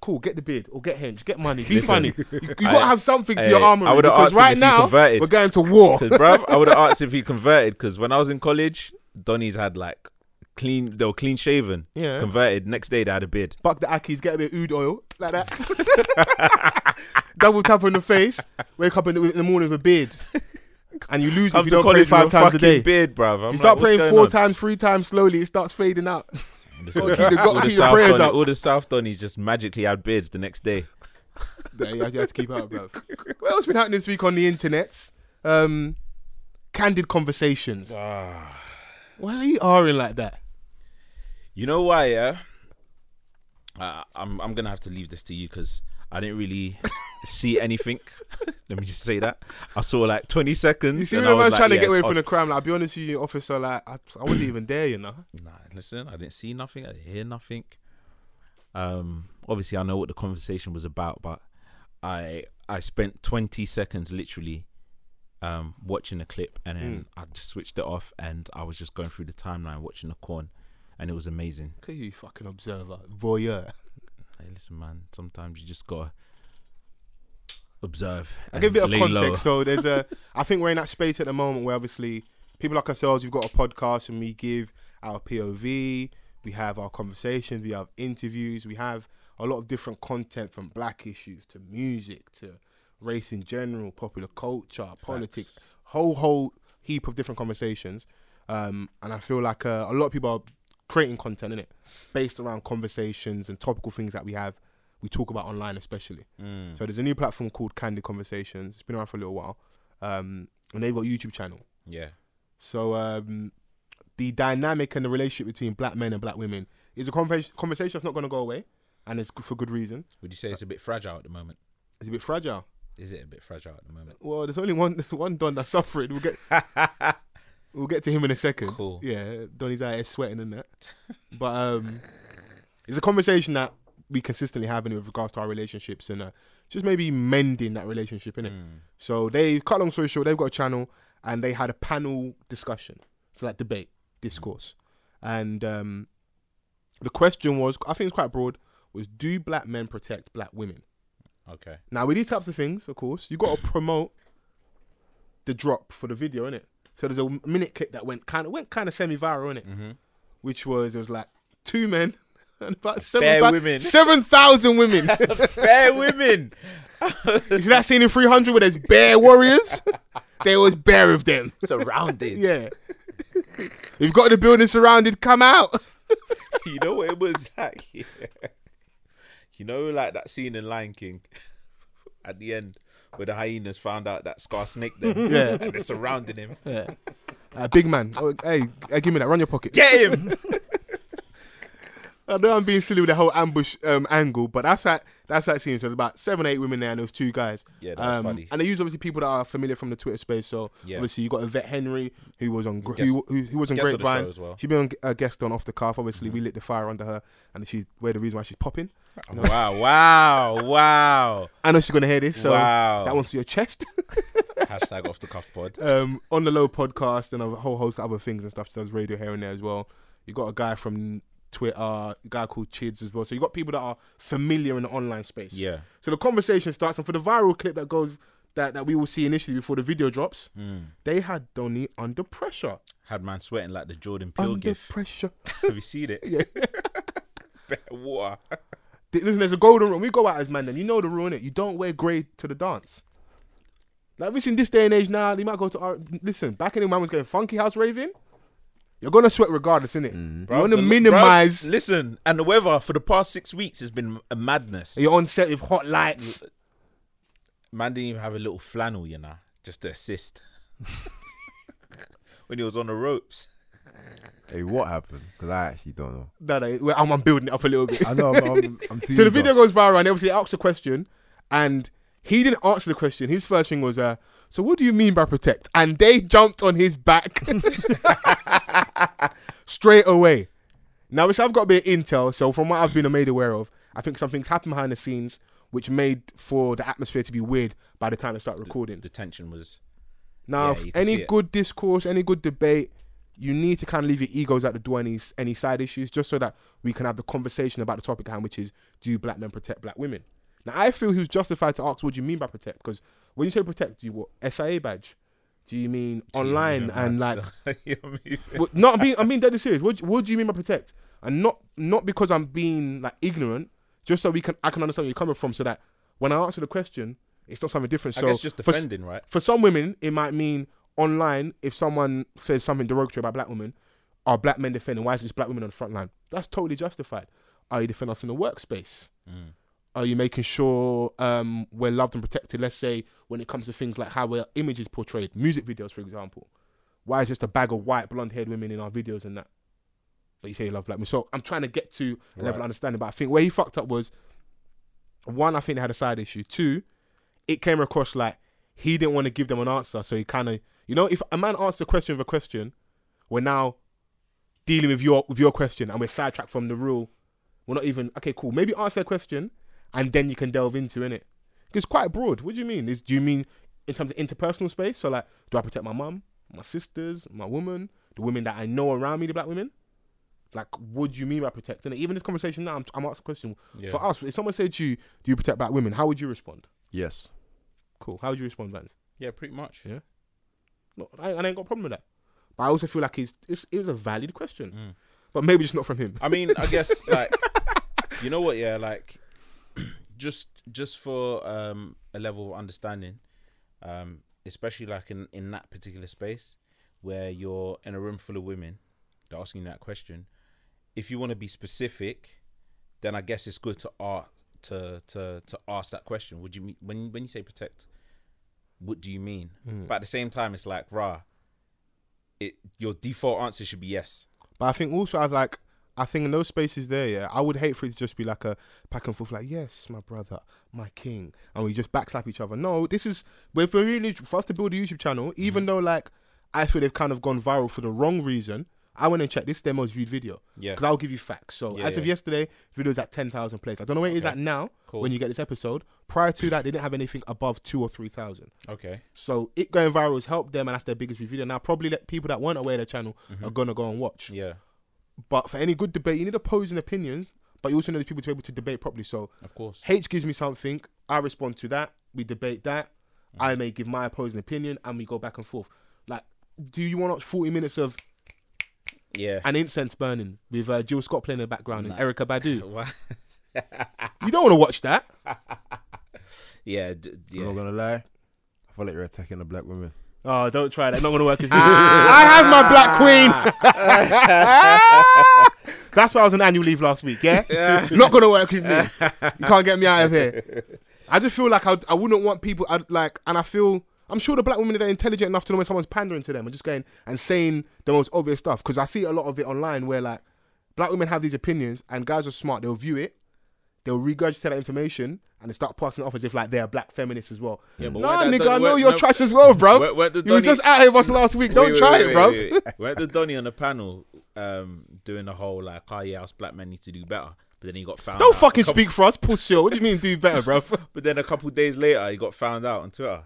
Cool, get the beard or get hench, get money, be Listen, funny. You, you I- got to have something to hey, your I armory would've because asked him right if he now converted. we're going to war. Because, bruv, I would have asked if he converted. Because when I was in college, Donny's had like clean, they were clean shaven. Yeah. Converted. Next day, they had a beard. Buck the Akis, get a bit of oud oil like that. Double tap on the face. Wake up in the, in the morning with a beard, and you lose if Come you to don't pray college five with a times a fucking day. beard, bruv. I'm you start like, what's praying going four on? times, three times slowly, it starts fading out. Gotta keep the- gotta all, the keep your prayers South Don, up. all the South Donnies just magically had beards the next day. Yeah, you have to- you have to keep out, bro. What else been happening this week on the internet? Um, candid conversations. Why are you arguing like that? You know why? Yeah, uh, I'm I'm gonna have to leave this to you because I didn't really see anything. Let me just say that I saw like 20 seconds. You see, and when I was like, trying to yeah, get it's away from odd. the crime, like, I'll be honest with you, officer, like, I, I wasn't even there, you know. Nah, listen, I didn't see nothing. I didn't hear nothing. Um, obviously, I know what the conversation was about, but I I spent 20 seconds literally um, watching a clip, and then Hmm. I just switched it off, and I was just going through the timeline watching the corn, and it was amazing. Look at you, fucking observer, voyeur. Hey, listen, man, sometimes you just gotta observe. I'll give a bit and of lay context. low. So there's a, I think we're in that space at the moment where obviously people like ourselves, we've got a podcast and we give our POV, we have our conversations, we have interviews, we have a lot of different content from black issues to music to race in general, popular culture, politics, Facts. whole whole heap of different conversations. Um, and I feel like uh, a lot of people are creating content in it based around conversations and topical things that we have we talk about online especially. Hmm, So there's a new platform called Candid Conversations. It's been around for a little while, um, and they've got a YouTube channel. Yeah, So um, the dynamic and the relationship between black men and black women is a conversa- conversation that's not going to go away, and it's good for good reason. would you say it's a bit fragile at the moment? It's a bit fragile. Is it a bit fragile at the moment? Well, there's only one there's one Don that's suffering. We'll get we'll get to him in a second. Cool. Yeah, Donny's out here sweating and that. But um, it's a conversation that we consistently have in with regards to our relationships and uh, just maybe mending that relationship, innit? Hmm, So they cut long story short, they've got a channel and they had a panel discussion, so like debate, discourse, and um, the question was, I think it's quite broad, was do black men protect black women? Okay. Now with these types of things, of course, you got to promote the drop for the video, innit? So there's a minute clip that went kind of went kind of semi-viral, innit? Mm-hmm. Which was there was like two men and about seven Bare thou- women. seven thousand women. Fair women. you see that scene in 300 where there's bear warriors? there was bear of them. surrounded. Yeah. You've got the building surrounded, come out. You know what it was like? You know, like that scene in Lion King at the end where the hyenas found out that Scar snaked them Yeah. and they surrounded him. Uh, big man. Oh, hey, hey, give me that. Run your pocket. Get him! I know I'm being silly with the whole ambush um, angle, but that's that that's that scene. So there's about seven, eight women there and there was two guys. Yeah, that's um, funny. And they use obviously people that are familiar from the Twitter space. So Yeah. obviously you got Yvette Henry, who was on gr Guest- who, who, who was on guest of the Grapevine. show as well. Mm-hmm. She's been a guest on Off the Cuff. Obviously, we lit the fire under her, and she's where the reason why she's popping. Wow, wow, wow. I know she's gonna hear this, so Wow. that one's for your chest. Hashtag off the cuff pod. um, on the low podcast and a whole host of other things and stuff. So there's radio here and there as well. You got a guy from Twitter, a guy called Chids as well. So you got people that are familiar in the online space. Yeah. So the conversation starts, and for the viral clip that goes that, that we will see initially before the video drops, Mm. they had Donny under pressure. Had man sweating like the Jordan Peele under gif. pressure. Have you seen it? Yeah. Bare Water. Th- Listen, there's a golden rule. We go out as man, then you know the rule, innit? You don't wear grey to the dance. Like we seen this day and age now, they might go to our listen. Back in the man was going funky house raving. You're gonna sweat regardless, innit? You want to Bruv, the- minimize. bruv, listen, and the weather for the past six weeks has been a madness. You're on set with hot lights. Mm. Man didn't even have a little flannel, you know, just to assist when he was on the ropes. Hey, what happened? Because I actually don't know. No, no, well, I'm, I'm building it up a little bit. I know. I'm, I'm, I'm too. so the video goes viral, and obviously asks a question, and he didn't answer the question. His first thing was, uh, "So what do you mean by protect?" And they jumped on his back straight away. Now, which I've got a bit of intel, so from what I've been made aware of, I think something's happened behind the scenes, which made for the atmosphere to be weird by the time they start recording. The tension was Now, Yeah, if you can see any it. good discourse, any good debate, you need to kind of leave your egos at the door, any any side issues, just so that we can have the conversation about the topic at hand, which is do black men protect black women? Now, I feel he was justified to ask, what do you mean by protect? Because when you say protect, do you what SIA badge? Do you mean online and like? You know what I mean? well, no, I'm being I'm being deadly serious. What, do- what do you mean by protect? And not not because I'm being like ignorant, just so we can I can understand where you're coming from, so that when I answer the question, it's not something different. I so guess just for s- defending, right? for some women, it might mean online if someone says something derogatory about black women, are black men defending? Why is this black women on the front line? That's totally justified. Are you defending us in the workspace? Mm, Are you making sure um, we're loved and protected? Let's say when it comes to things like how our image is portrayed, music videos, for example. Why is just a bag of white blonde-haired women in our videos and that? But you say you love black women. So I'm trying to get to a level of Right. understanding. But I think where he fucked up was one, I think they had a side issue. Two, it came across like he didn't want to give them an answer. So he kind of, you know, if a man asks a question with a question, we're now dealing with your with your question and we're sidetracked from the rule. We're not even okay. Cool. Maybe answer a question and then you can delve into in it. It's quite broad. What do you mean? Is do you mean in terms of interpersonal space? So like, do I protect my mum, my sisters, my woman, the women that I know around me, the black women? Like, what do you mean by protect? And even this conversation now, I'm, I'm asking a question. Yeah. For us, if someone said to you, "Do you protect black women?" How would you respond? Yes. Cool. How would you respond, Vance? Yeah, pretty much. Yeah. No, I, I ain't got a problem with that. But I also feel like it's, it's it was a valid question, Mm. but maybe just not from him. I mean, I guess like you know what, yeah, like just just for um a level of understanding, um, especially like in in that particular space where you're in a room full of women, they're asking you that question. If you want to be specific, then I guess it's good to ask to to to ask that question. Would you mean when when you say protect? What do you mean? Hmm. But at the same time, it's like rah. It your default answer should be yes. But I think also as like I think in those spaces there, yeah, I would hate for it to just be like a back and forth, like yes, my brother, my king, and we just backslap each other. No, this is if we're really for us to build a YouTube channel, even Mm-hmm. though like I feel they've kind of gone viral for the wrong reason. I went and checked. This is their most viewed video. Yeah. Because I'll give you facts. So Yeah, as of yeah. yesterday, video's at ten thousand plays. I don't know where it is Okay. at now Cool. when you get this episode. Prior to that, they didn't have anything above two or three thousand. Okay. So it going viral has helped them, and that's their biggest view video. Now probably that people that weren't aware of their channel Mm-hmm. are gonna go and watch. Yeah. But for any good debate, you need opposing opinions, but you also need people to be able to debate properly. So Of course. H gives me something, I respond to that, we debate that, I may give my opposing opinion, and we go back and forth. Like, do you want 40 minutes of Yeah. an incense burning with uh, Jill Scott playing in the background and Erica Badu? Wha- you don't want to watch that. yeah. D- I'm not yeah. gonna lie. I feel like you're attacking the black women. Oh, don't try that. Not gonna work with me. Ah. I have my black queen. That's why I was on annual leave last week. Yeah, not gonna work with me. You can't get me out of here. I just feel like I, I wouldn't want people. I'd, like, and I feel I'm sure the black women are intelligent enough to know when someone's pandering to them and just going and saying the most obvious stuff. Because I see a lot of it online where like black women have these opinions and guys are smart. They'll view it. They'll regurgitate that information and they start passing it off as if like they're black feminists as well. Yeah, but nah, where that nigga, don't- I know where- you're no- trash as well, bro. Where- where the you were Donny- just out here with us last week. Don't e- Wait, wait, try wait, it, wait, bro. wait, wait. Weren't the Donny on the panel um, doing the whole like, oh yeah, us black men need to do better, but then he got found. Don't out. fucking A couple- speak for us, pussy. What do you mean do better, bro? But then a couple days later, he got found out on Twitter.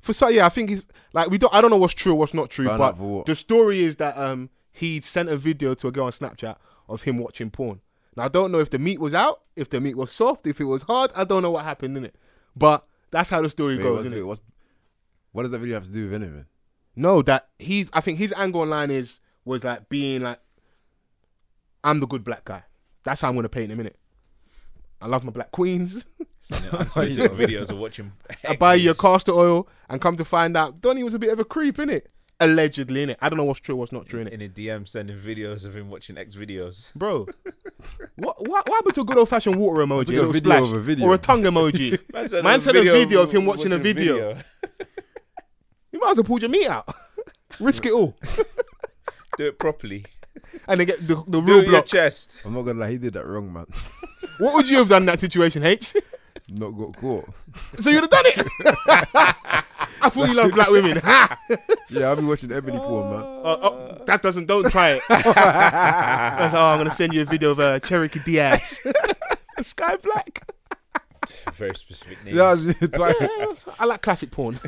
For so yeah, I think he's like we don't. I don't know what's true, what's not true, Found out for but what? the story is that um he sent a video to a girl on Snapchat of him watching porn. Now I don't know if the meat was out, if the meat was soft, if it was hard. I don't know what happened in it, but that's how the story Wait, goes. what's, innit? wait, what's What does that video have to do with anything? No, that he's. I think his angle online is was like being like, I'm the good black guy. That's how I'm gonna paint him in it. I love my black queens. Sending unsolicited videos of watching. I buy you your X-Videos. castor oil, and come to find out, Donnie was a bit of a creep in it. Allegedly, in it. I don't know what's true, what's not true in it. in a DM sending videos of him watching X videos. Bro, what, what what happened to a good old fashioned water emoji, It's a like a little video splash, of a video. or a tongue emoji? Man sent Man sent a video of him watching a video. you might as well pull your meat out, risk it all, Do it properly. and then get the, the Do it real with your block. chest. I'm not gonna lie, he did that wrong, man. What would you have done in that situation, H? not got caught. So you'd have done it. I thought you loved black women. Ha! Yeah, I've been watching Ebony porn, man. Oh, oh, that doesn't. Don't try it. That's, oh, I'm gonna send you a video of uh, Cherokee Diaz, Sky Black. Very specific name. Yeah, I was twice. I like classic porn.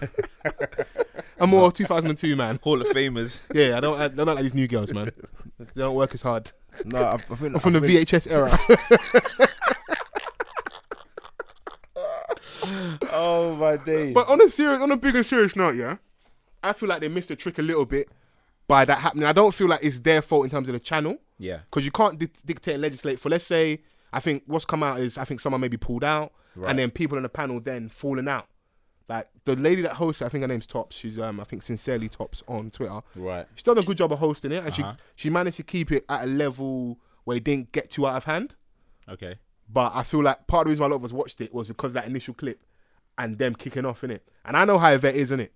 I'm more 2002 man. Hall of Famers. Yeah, I don't. I don't like these new girls, man. They don't work as hard. No, I, I think I'm from I the think- VHS era. oh my days. But on a serious, on a bigger serious note, yeah, I feel like they missed the trick a little bit by that happening. I don't feel like it's their fault in terms of the channel yeah. because you can't dic- dictate and legislate. For let's say, I think what's come out is I think someone maybe pulled out, Right. and then people on the panel then falling out. Like the lady that hosts, it, I think her name's Tops. She's um, I think sincerely Tops on Twitter. Right. She's done a good job of hosting it, and Uh-huh. she she managed to keep it at a level where it didn't get too out of hand. Okay. But I feel like part of the reason why a lot of us watched it was because of that initial clip and them kicking off in it. And I know how Yvette is in it.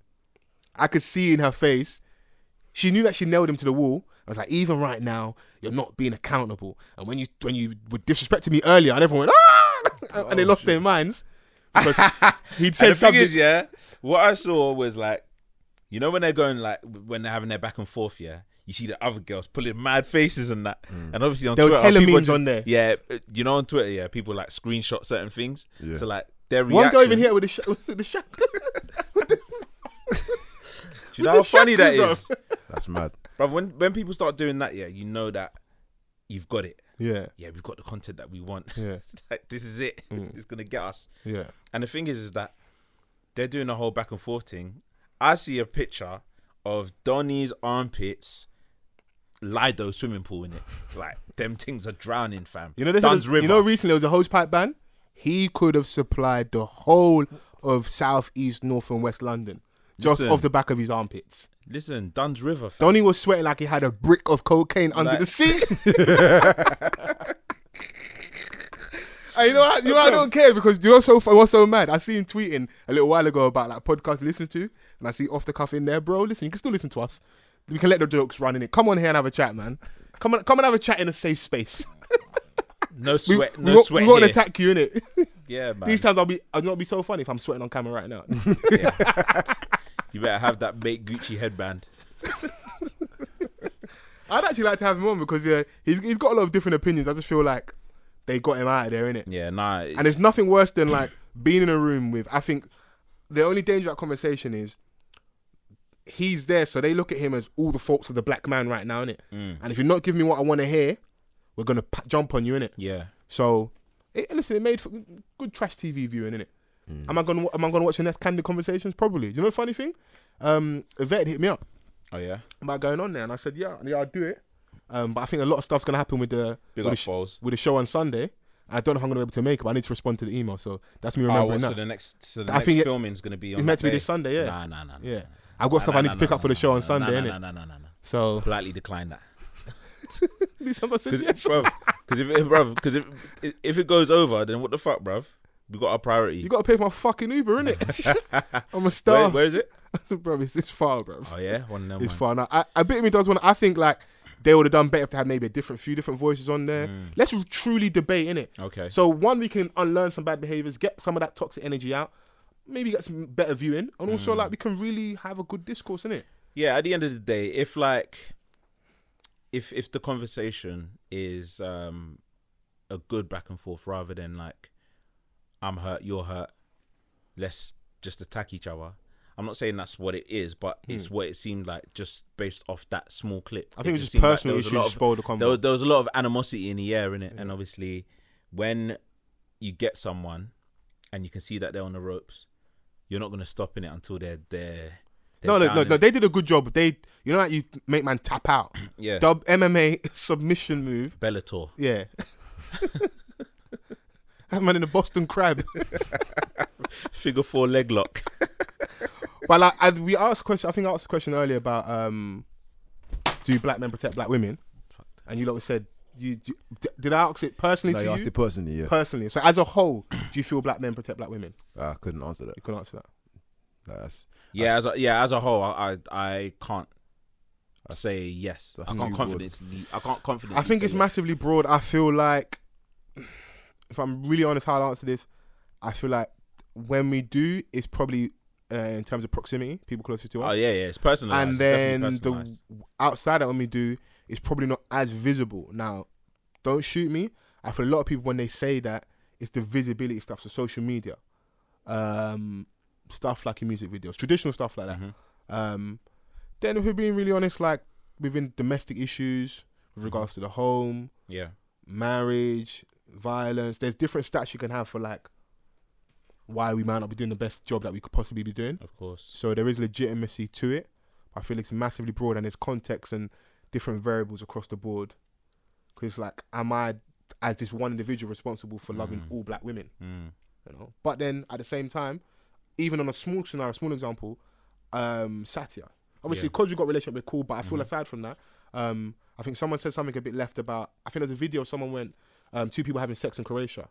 I could see in her face, she knew that she nailed him to the wall. I was like, even right now, you're not being accountable. And when you when you were disrespecting me earlier, and everyone went ah, and they lost their minds because he'd Oh, And said the thing something. is, yeah, what I saw was like, you know, when they're going like when they're having their back and forth, yeah, you see the other girls pulling mad faces and that, and obviously on There was Twitter, hella people are memes on there. Yeah, uh, you know, on Twitter, yeah, people like screenshot certain things. Yeah. So like their reaction. One girl even here with the sh- with the sh- Do you know how the funny that shaku, is, That's mad. bro? When when people start doing that, yeah, you know that you've got it. yeah, Yeah, we've got the content that we want. yeah, like this is it. It's gonna get us. yeah. And the thing is, is that they're doing a whole back and forth thing. I see a picture of Donny's armpits, Lido swimming pool in it. Like them things are drowning, fam. You know, they said Dunn's there's- River. you know, recently there was a hose pipe ban. He could have supplied the whole of South, East, North, and West London just Listen. off the back of his armpits. Listen, Dunn's River. Fam. Donny was sweating like he had a brick of cocaine under Like- the seat. And you know, what, you know, what, I don't care because you're so fu- what's so mad. I see him tweeting a little while ago about like podcast to listen to, and I see off the cuff in there, bro. Listen, you can still listen to us. We can let the jokes run in it. Come on here and have a chat, man. Come on, come and have a chat in a safe space. No We, sweat. we no won't- sweat. we won't here. attack you in it. Yeah, man. These times I'll be I'll not be so funny if I'm sweating on camera right now. you better have that big Gucci headband. I'd actually like to have him on because yeah, he's he's got a lot of different opinions. I just feel like they got him out of there, innit? Yeah, nah. it- And there's nothing worse than like being in a room with I think the only danger of that conversation is he's there, so they look at him as all the faults of the black man right now, innit? mm. And if you're not giving me what I want to hear, we're gonna p- jump on you, innit? yeah. So, it, listen, it made for good trash TV viewing, innit? Mm. Am I gonna am I gonna watch the next Candid Conversations? Probably. Do you know the funny thing? Um, Yvette hit me up Oh yeah. about going on there, and I said, yeah, yeah, I'll do it. Um, but I think a lot of stuff's gonna happen with the with Big the, up sh- balls. with the show on Sunday. I don't know how I'm gonna be able to make it, but I need to respond to the email. So that's me Oh, remembering well, that. so the next, so the I next think it- filming's gonna be on. it's that meant to be day. this Sunday, yeah. Nah, nah, nah. nah. yeah, I've got stuff I need to pick up for the show on Sunday, nah, innit? Nah, nah, nah, nah, nah. So Politely decline that. somebody said yes. Because if it- bruv, 'cause if if it goes over, then what the fuck, bruv? We got our priority. You gotta pay for my fucking Uber, innit? I'm a where, star, where is it? bro. It's, it's far, bro. Oh yeah, one of them. It's ones. far. Now, I, I bit me does want. I think like they would have done better if they had maybe a different few different voices on Mm. there. Let's truly debate in it. Okay. So one, we can unlearn some bad behaviors, get some of that toxic energy out, maybe get some better viewing, and Mm. also like we can really have a good discourse in it. yeah, at the end of the day, if like, if if the conversation is um a good back and forth rather than like, I'm hurt, you're hurt, let's just attack each other. I'm not saying that's what it is, but it's what it seemed like just based off that small clip. Hmm. I think it's just seemed like personal there was a issues lot of- spoiled the combo. there was, there was a lot of animosity in the air in it, and obviously, when you get someone and you can see that they're on the ropes, you're not gonna stop in it until they're they're, they're No, no, down no, in no. it. They did a good job. They, you know, like you make man tap out. yeah. Dub MMA submission move. Bellator. Yeah. That man in a Boston crab. Figure four leg lock. but like, I, we asked a question. I think I asked a question earlier about um, do black men protect black women? And you lot said you, you d- did. I ask it personally No, to you you, asked it personally, yeah. personally. So as a whole, do you feel black men protect black women? I couldn't answer that. You can answer that. Like, that's, Yeah, as a, yeah, as a whole, I I, I can't say yes. that's I too can't broad. confidently. I can't confidently. I think say it's yes. massively broad. I feel like, if I'm really honest, how I'll answer this, I feel like when we do, it's probably uh, in terms of proximity, people closer to us. Oh yeah, yeah, it's personal. and then the outside that when we do is probably not as visible. Now, don't shoot me. I feel a lot of people when they say that it's the visibility stuff, so social media, um, stuff like in music videos, traditional stuff like that. Mm-hmm. Um, then if we're being really honest, like within domestic issues with regards to the home, yeah, marriage, violence. There's different stats you can have for like why we might not be doing the best job that we could possibly be doing. of course. So there is legitimacy to it. I feel it's massively broad and there's context and different variables across the board. Because like, am I as this one individual responsible for loving Mm. all black women? Mm. You know. But then at the same time, even on a small scenario, small example, um, Satya. Obviously, Yeah. because you got relationship with cool, but I feel Mhm. aside from that, um, I think someone said something a bit left about. I think there's a video of someone went, um, two people having sex in Croatia.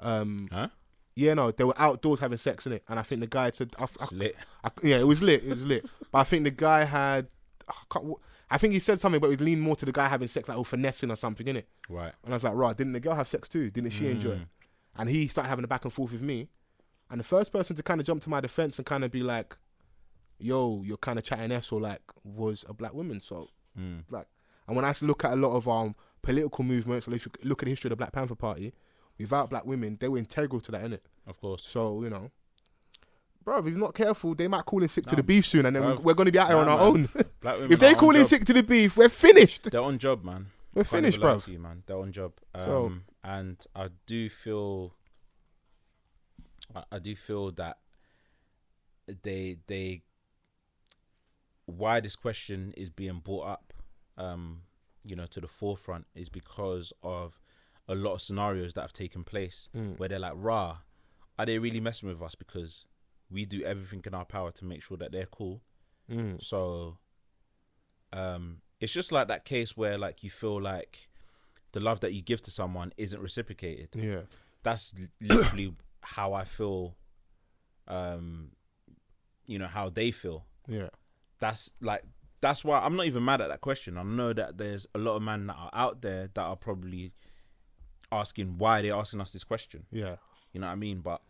Um, Huh? Yeah, no, they were outdoors having sex in it, and I think the guy said, I, I It's lit. I, yeah, it was lit. It was lit. But I think the guy had. I, can't, wa- I think he said something, but it leaned more to the guy having sex, like or finessing or something, innit? Right. And I was like, right, didn't the girl have sex too? Didn't she enjoy it? Mm. And he started having a back and forth with me. And the first person to kind of jump to my defense and kind of be like, yo, you're kind of chatting S or like, was a black woman. So, Mm. like, and when I look at a lot of um political movements, or if you look at the history of the Black Panther Party, without black women, they were integral to that, innit? Of course. So you know, bro, if he's not careful, they might call in sick to Nah. the beef soon, and then Nah, we- we're going to be out here nah, on our man. own. Black women if are they on call in job. sick to the beef, we're finished. they're on job, man. We're Can't finished, even lie bro. to you, man. They're on job. Um, So- and I do feel, I, I do feel that they they why this question is being brought up, um, you know, to the forefront is because of a lot of scenarios that have taken place where they're like, "Rah, are they really messing with us?" Because we do everything in our power to make sure that they're cool. Mm. So um it's just like that case where like you feel like the love that you give to someone isn't reciprocated. Yeah, That's li- literally how I feel um you know how they feel. yeah, That's like that's why I'm not even mad at that question. I know that there's a lot of men that are out there that are probably asking why they're asking us this question. yeah, You know what I mean? But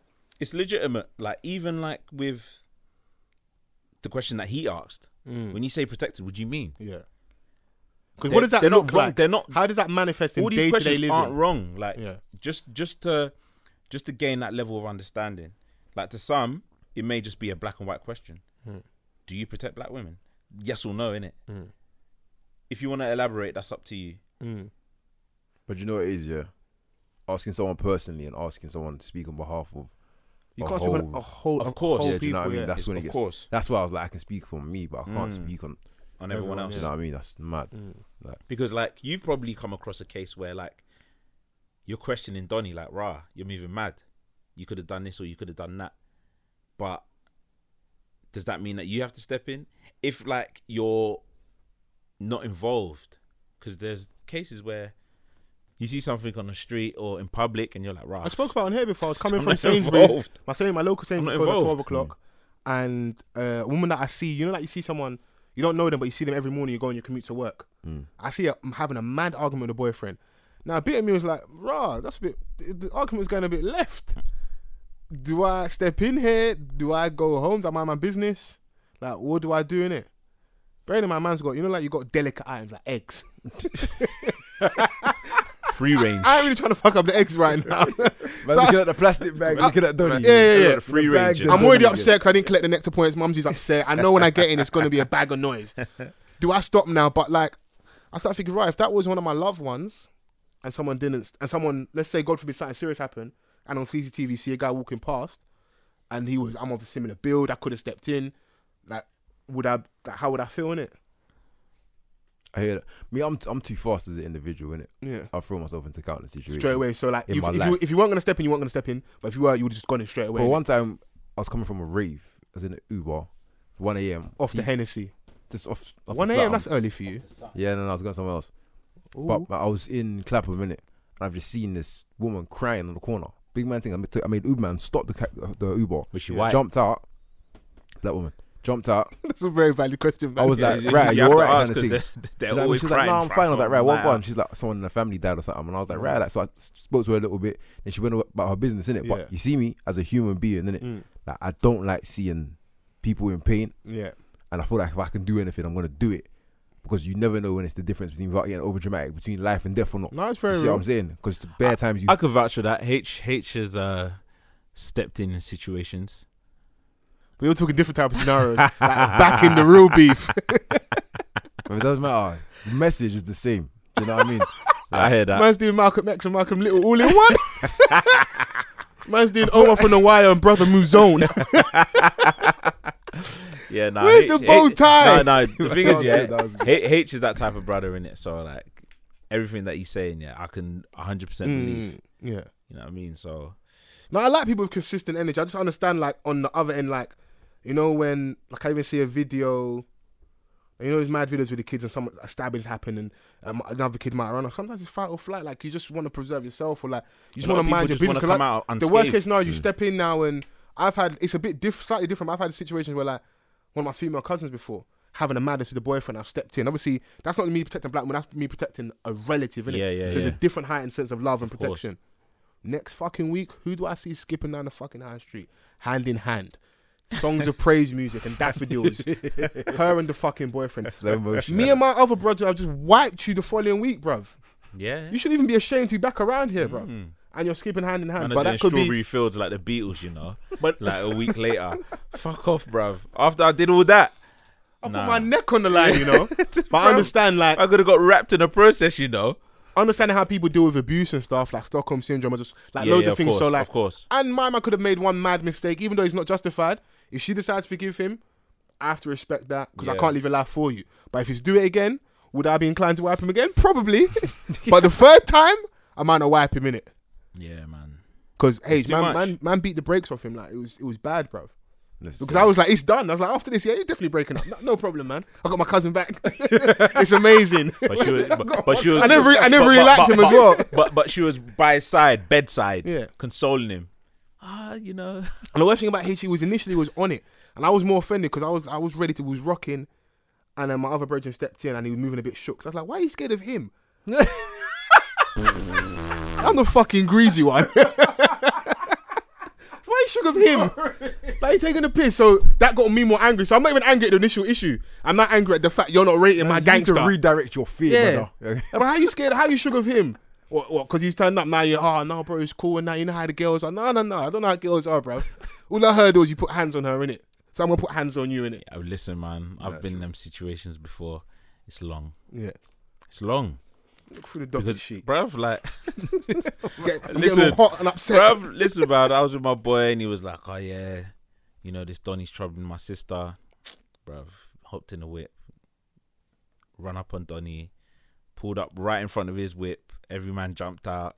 it's legitimate. Like even like with the question that he asked, Hmm. when you say protected, what do you mean? Mm. yeah. Because what does that They're look not wrong. like? They're not. How does that manifest in All these day to day questions living? aren't wrong. Like Yeah. just just to just to gain that level of understanding. Like to some, it may just be a black and white question. Mm. Do you protect black women? Yes or no, innit? Mm. If you want to elaborate, that's up to you. Mm. but you know what it is, yeah. Asking someone personally and asking someone to speak on behalf of. You A can't speak on whole- a whole, Of a course. whole Yeah, do you know what I people, mean? yeah. That's when it of gets. course, That's why I was like, I can speak for me, but I can't Mm. speak on. on Everyone, everyone, else. You know what I mean? That's mad. Mm. Because like you've probably come across a case where like you're questioning Donny, like, rah, you're moving mad. You could have done this or you could have done that. But does that mean that you have to step in? If like you're not involved, because there's cases where you see something on the street or in public and you're like, rah. I spoke about it on here before. I was coming I'm from not Sainsbury's. involved. My Sain- my local Sainsbury's not closed at twelve involved. o'clock, and uh, a woman that I see, you know, like you see someone you don't know them, but you see them every morning. You go on your commute to work. Mm. I see her having a mad argument with a boyfriend. Now, a bit of me was like, "Rah, that's a bit. The the argument's going a bit left. Do I step in here? Do I go home? Do I mind my business? Like, what do I do in it? Bearing in mind, man's got you know, like you got delicate items like eggs. Free range. I ain't really trying to fuck up the eggs right now. Man, So- looking at the plastic bag, looking at Donny. Yeah, yeah, yeah. With the Free bag, range. the I'm already Donny, upset because I didn't collect the nectar points. Mumsy's upset. I know when I get in, it's going to be a bag of noise. Do I stop now? But like, I start thinking, right, if that was one of my loved ones, and someone didn't, and someone, let's say, God forbid, something serious happened, and on CCTV see a guy walking past, and he was I'm of a similar build. I could have stepped in. Like, would I? Like, how would I feel in it? I hear that. Me, I'm I'm too fast as an individual, innit? Yeah. I throw myself into countless situations. Straight away. So like, In if, my if, you, life. if you weren't gonna step in, you weren't gonna step in. But if you were, you would have just gone in straight away. But one time, I was coming from a rave. I was in an Uber, 1 a.m. off the He- Hennessy. Just off, off the One a.m. sat- That's early for you. Yeah, no, no, I was going somewhere else. But, but I was in Clapham, minute, and I've just seen this woman crying on the corner. Big man thing. I made, I made Uber man stop the ca- the Uber. Was she white? Jumped out. That woman jumped out. That's a very valid question. Man. I was Yeah, like, right, have you're to right, ask kinda 'cause thing. They're, Do they're you know what I mean? always She's like, crying. no, I'm fam, fine. I was fam, like, right, what like, one? She's like, someone in the family died or something. And I was Mm. like, right, like, so I spoke to her a little bit, and she went about her business, innit? Yeah. But you see me as a human being, innit? Mm. Like, I don't like seeing people in pain. yeah. and I feel like if I can do anything, I'm gonna do it because you never know when it's the difference between without getting over dramatic between life and death or not. No, it's You very see what real. I'm saying? Because it's bare times you. I could vouch for that. H H has uh, stepped in in situations. We were talking different type of scenarios. like back in the real beef. but it doesn't matter. The message is the same. Do you know what I mean? I hear that. Man's doing Malcolm X and Malcolm Little all in one. Man's doing Omar from the Wire and Brother Muzone. Yeah, nah, Where's the bow tie? No, no. The thing That is, was yeah, good, that was good. H, H is that type of brother in it. So like everything that he's saying, yeah, I can 100 percent believe. Mm, yeah. You know what I mean? So No, I like people with consistent energy. I just understand, like, on the other end, like, you know, when, like, I even see a video, you know, these mad videos with the kids and some a stabbings happen and um, another kid might run off. Sometimes it's fight or flight. Like, you just want to preserve yourself or, like, you just A lot want of to people mind your just wanna business. 'Cause, come like, out the worst unscathed. case now, you step in now and I've had, it's a bit diff- slightly different. I've had situations where, like, one of my female cousins before having a madness with a boyfriend, I've stepped in. Obviously, that's not me protecting black women, that's me protecting a relative, innit? Yeah, yeah, so it's a yeah. different heightened sense of love and course. protection. Next fucking week, who do I see skipping down the fucking high street? Hand in hand. Songs of praise music and daffodils. Her and the fucking boyfriend. Slow motion. Me and my other brother have just wiped you the following week, bruv. yeah, You should even be ashamed to be back around here, bruv. And you're skipping hand in hand. Mm. and but doing that could strawberry be fields like the Beatles, you know. But like a week later, fuck off, bruv. After I did all that, I put Nah. my neck on the line, you know? but I Bruv, understand like I could have got wrapped in the process, you know. understanding how people deal with abuse and stuff, like Stockholm syndrome, or just like Yeah, loads of yeah, of things. so course, like, of course. and my man could have made one mad mistake, even though it's not justified. If she decides to forgive him, I have to respect that because I Yeah. can't live a life for you. But if he's do it again, would I be inclined to wipe him again? Probably. but the third time, I might not wipe him in it Yeah, man. because hey, It's too man, much. man, man beat the brakes off him. Like it was, it was bad, bruv. That's the Because same. I was like, it's done. I was like, after this, yeah, he's definitely breaking up. No, no problem, man. I got my cousin back. it's amazing. But she was, but, but she was. I never re- I never but- really but- liked but- him as but- well. But but she was by his side, bedside, Yeah. consoling him. Ah, you know. And the worst thing about He was initially was on it, and I was more offended because I was I was ready to was rocking, and then my other brethren stepped in and he was moving a bit shook. So I was like, why are you scared of him? I'm the fucking greasy one. Why you shook of him? Like you taking the piss. So that got me more angry. So I'm not even angry at the initial issue. I'm not angry at the fact you're not rating my You need gangster. to redirect your yeah. fear, brother. but how you scared? How you shook of him? What? What? Because he's turned up now. You're oh no, bro, it's cool. And now you know how the girls are. No, no, no. I don't know how girls are, bro. All I heard was you put hands on her in it. So I'm gonna put hands on you in it. Oh, listen, man. I've been in them situations before. It's long. Yeah. It's long. Look through the dog Because, sheet. bruv, like, Get, I'm Listen, getting all hot and upset. bruv, listen, man. I was with my boy and he was like, oh, yeah, you know, this Donny's troubling my sister. Bruv, hopped in the whip, ran up on Donny, pulled up right in front of his whip. Every man jumped out.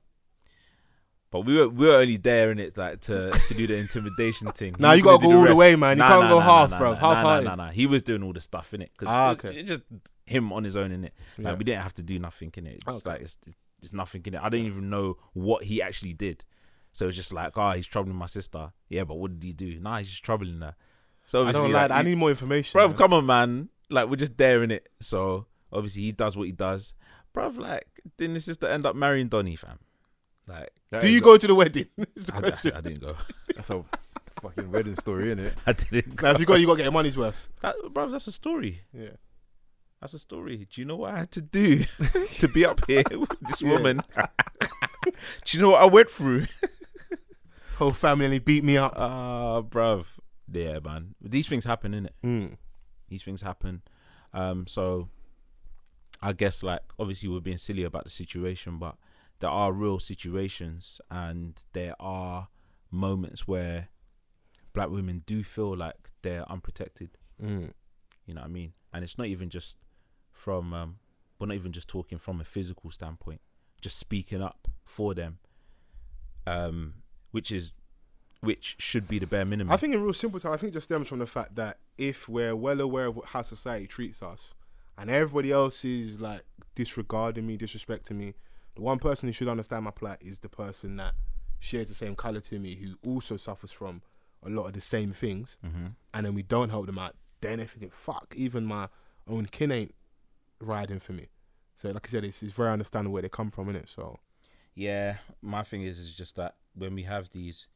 But we were we were only there in it like to, to do the intimidation thing. Nah, He you was gotta gonna go do all the rest. way, man. You Nah, can't nah, go nah, half, nah, bruv. nah, Half-hearted. Nah, nah, nah. He was doing all the stuff in it because Ah, it, okay. it just him on his own in it. Like Yeah. we didn't have to do nothing in it. It's Okay. like it's it's nothing in it. I didn't even know what he actually did. So it's just like, oh, he's troubling my sister. Yeah, but what did he do? Nah, he's just troubling her. So I obviously, don't like, like. that. I you- need more information. bruv, man. come on, man. Like we're just there in it. So obviously he does what he does, bruv. Like didn't his sister end up marrying Donny, fam? Like Do you go to the wedding? Is the I, question. I didn't go. That's a fucking wedding story, innit? I didn't. Go. now, if you go, you gotta get your money's worth. That, bruv, that's a story. Yeah. That's a story. Do you know what I had to do to be up here with this woman? do you know what I went through? Oh, Whole family and he beat me up. Ah, bruv. Yeah, man. These things happen, innit? Mm. These things happen. Um, so I guess like obviously we're being silly about the situation, but there are real situations and there are moments where black women do feel like they're unprotected. Mm. You know what I mean? And it's not even just from, um, we're not even just talking from a physical standpoint, just speaking up for them, um, which is, which should be the bare minimum. I think in real simple terms, I think it just stems from the fact that if we're well aware of how society treats us, and everybody else is like disregarding me, disrespecting me, the one person who should understand my plight is the person that shares the same color to me, who also suffers from a lot of the same things, Mhm. and then we don't help them out. Then everything, fuck, even my own kin ain't riding for me. So like I said, it's, it's very understandable where they come from, innit? So Yeah, my thing is is just that when we have these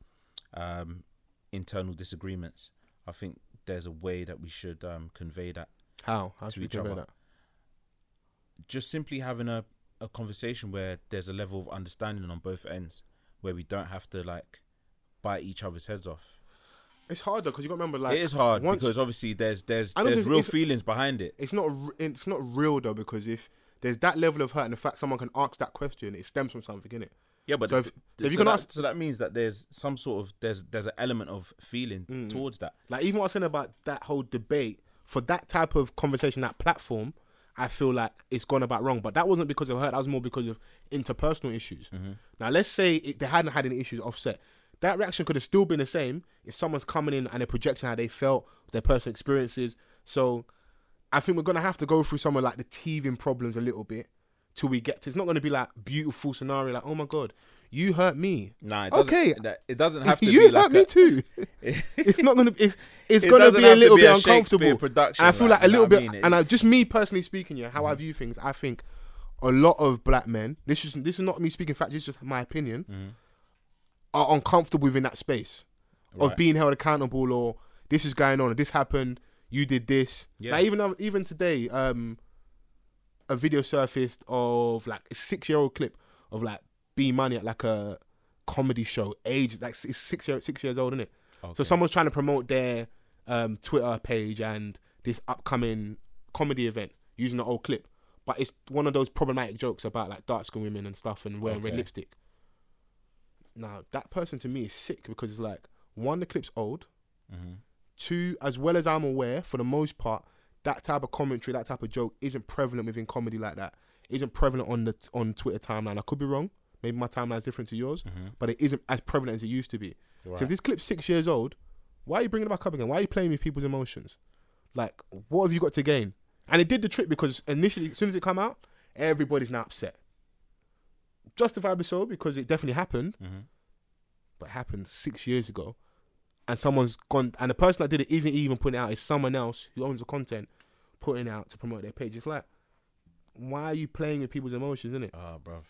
um, internal disagreements, I think there's a way that we should um, convey that. how how To should we each convey other. that? Just simply having a, a conversation where there's a level of understanding on both ends, where we don't have to like bite each other's heads off. It's hard though because you got to remember like it is hard once- because obviously there's there's I know there's it's- real it's- feelings behind it. it's not r- it's not real though because if there's that level of hurt and the fact someone can ask that question, it stems from something, innit? Yeah, but So if- th- so if you so can that, ask- so that means that there's some sort of there's there's an element of feeling Mm. towards that. Like even what I was saying about that whole debate for that type of conversation, that platform, I feel like it's gone about wrong. But that wasn't because of her. That was more because of interpersonal issues. Now let's say it, they hadn't had any issues offset. That reaction could have still been the same if someone's coming in and they're projecting how they felt, their personal experiences. So I think we're gonna have to go through some of like the teething problems a little bit till we get to. It's not gonna be like beautiful scenario, like oh my god, you hurt me. Nah, it doesn't, Okay. that- it doesn't have to you be hurt like me a- too. it's not gonna. If it's It gonna doesn't be a have to little be bit a uncomfortable Shakespeare production, And I feel like, like a you know little what I bit. mean? Mm. It- and I just me personally speaking, yeah, how I view things. I think a lot of black men. This is this is not me speaking fact. This is just my opinion. Mm-hmm. Are uncomfortable within that space of Right. being held accountable or this is going on or this happened. You did this. Yeah. Like even even today, um, a video surfaced of like a six year old clip of like B Money at like a comedy show. Age like s- six year six years old, isn't it? So Okay. someone's trying to promote their um, Twitter page and this upcoming comedy event using an old clip, but it's one of those problematic jokes about like dark skinned women and stuff and wearing red Okay. lipstick. Now that person to me is sick because it's like one, the clip's old. Mhm. Two, as well as I'm aware, for the most part, that type of commentary, that type of joke, isn't prevalent within comedy like that. Isn't prevalent on the on Twitter timeline. I could be wrong. Maybe my timeline's different to yours, but it isn't as prevalent as it used to be. So if mm-hmm. Right. this clip's six years old, why are you bringing it back up again? Why are you playing with people's emotions? Like, what have you got to gain? And it did the trick because initially, as soon as it come out, everybody's now upset. Justifiably so because it definitely happened, Mhm. but it happened six years ago, and someone's gone. And the person that did it isn't even putting it out; it's someone else who owns the content putting it out to promote their page. It's like, why are you playing with people's emotions, isn't it? Ah, bruv.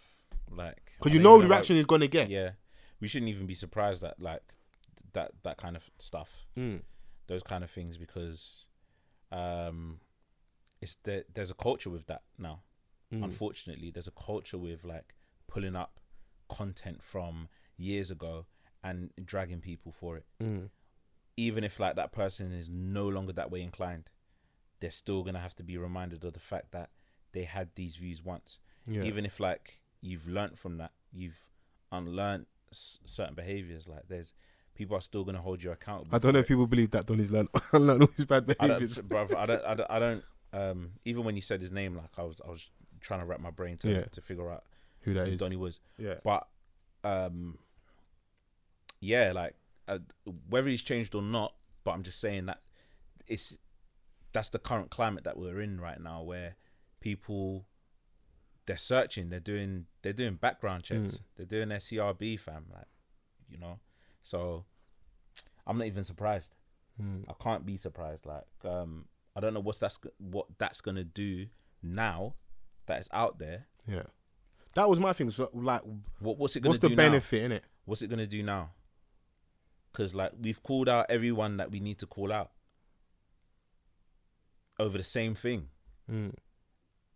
Like, Because I you don't know even the reaction is gonna How, get. yeah, we shouldn't even be surprised that like th- that that kind of stuff, Mm. those kind of things, because um, it's there, there's a culture with that now. Mm. Unfortunately, there's a culture with like pulling up content from years ago and dragging people for it, Mm. even if like that person is no longer that way inclined. They're still gonna have to be reminded of the fact that they had these views once. Yeah. even if like you've learnt from that you've unlearned s- certain behaviors like there's people are still going to hold you accountable I don't know for if people believe that Donny's learned, learned all his bad it. I don't, behaviors. bruv, I don't i don't i don't um even when you said his name like i was i was trying to wrap my brain to, Yeah. to figure out Who that who is? donnie was Yeah. but um yeah like uh, whether he's changed or not but i'm just saying that it's that's the current climate that we're in right now where people they're searching they're doing they're doing background checks Mm. they're doing their crb fam like you know so i'm not even surprised Hmm, i can't be surprised like um i don't know what's that's what that's gonna do now that it's out there Yeah. That was my thing. So, like, what what's it gonna what's do the now? benefit in it? what's it gonna do now? Because like we've called out everyone that we need to call out over the same thing. Mm.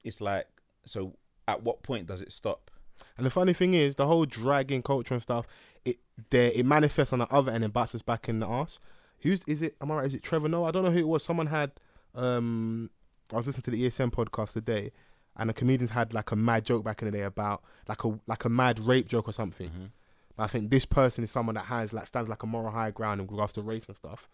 It's like so. At what point does it stop? And the funny thing is, the whole dragging culture and stuff, it there it manifests on the other end and bites us back in the ass. Who's is it? Am I right? Is it Trevor? No, I don't know who it was. Someone had. um I was listening to the ESM podcast today, Mm-hmm. and the comedians had like a mad joke back in the day about like a like a mad rape joke or something. But I think this person is someone that has like stands like a moral high ground in regards to race and stuff.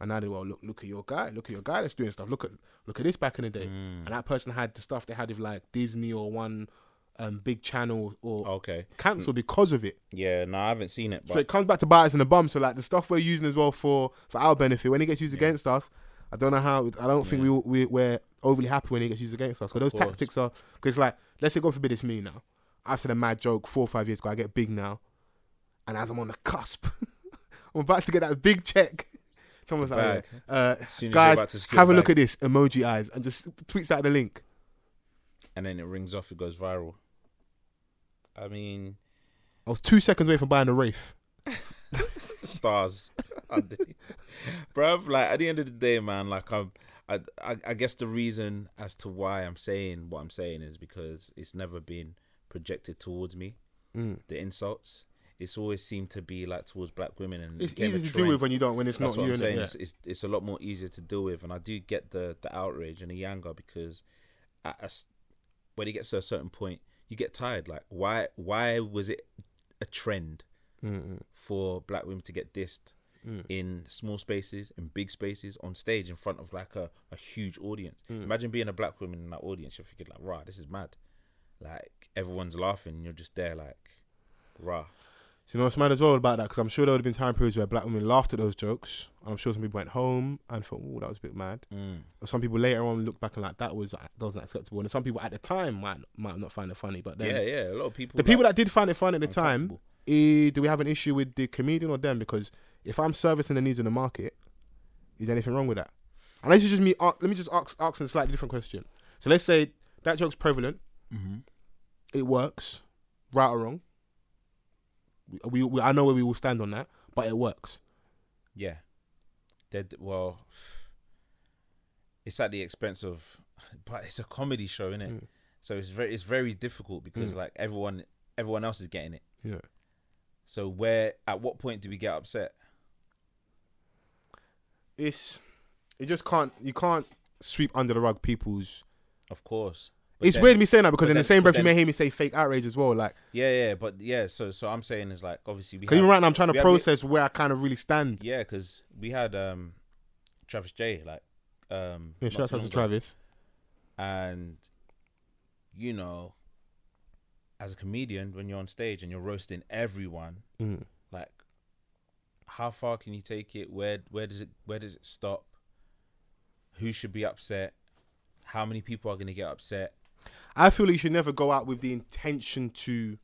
And now they well look look at your guy, look at your guy that's doing stuff. Look at look at this back in the day. And that person had the stuff they had with like Disney or one um big channel or Okay. cancelled because of it. Yeah, no, I haven't seen it, So but it comes back to bite us in the bum. So like the stuff we're using as well for for our benefit when it gets used against us, I don't know how. I don't think we, we we're overly happy when it gets used against us. Because those course. tactics are because like let's say God forbid it's me now. I've said a mad joke four or five years ago. I get big now, and as I'm on the cusp, I'm about to get that big check. Someone's like, Bag. uh, as soon as you're about to guys, secure have a the look bag at this emoji eyes and just tweets out the link. and then it rings off, it goes viral. I mean, I was two seconds away from buying a Wraith. stars, bruv. Like at the end of the day, man. Like I'm, I, I, I guess the reason as to why I'm saying what I'm saying is because it's never been projected towards me. The insults. It's always seemed to be like towards black women, and it It's became a easy to deal trend. with when you don't when it's That's not what you. I'm innit? saying. Yeah. It's, it's it's a lot more easier to deal with, and I do get the the outrage and the anger because at a s when it gets to a certain point, you get tired. Like why why was it a trend Mm, for black women to get dissed in small spaces, in big spaces, on stage, in front of like a, a huge audience? Hmm. Imagine being a black woman in that audience. You're thinking like, rah, this is mad. Like everyone's laughing, and you're just there like, rah. Do you know what's mad as well about that? Because I'm sure there would have been time periods where black women laughed at those jokes. And I'm sure some people went home and thought, "Oh, that was a bit mad." Or some people later on looked back and like that was that wasn't acceptable. And some people at the time might might not find it funny, but then Yeah, yeah. A lot of people. the people that did find it funny at the time, uncomfortable. eh, do we have an issue with the comedian or them? Because if I'm servicing the needs of the market, is there anything wrong with that? And this is just me. ar- Let me just ask, ask a slightly different question. So let's say that joke's prevalent. Mm-hmm. It works, right or wrong. We, we, I know where we will stand on that, but it works. Yeah. They're, d- well, it's at the expense of, but it's a comedy show, isn't it? Hmm. So it's very it's very difficult because like everyone everyone else is getting it. Yeah. So where at what point do we get upset? It's it just can't you can't sweep under the rug people's. Of course. But It's then- weird me saying that because but in the then- same but breath you may then- hear me say fake outrage as well. Like Yeah, yeah, but yeah. So so I'm saying is like obviously we. because even have- right now I'm trying we to have the- process where I kind of really stand. Yeah, because we had um, Travis J like um. Yeah, shout not too out long to ago. Travis. and you know as a comedian when you're on stage and you're roasting everyone Mm. like how far can you take it where where does it where does it stop who should be upset how many people are going to get upset I feel you should never go out with the intention to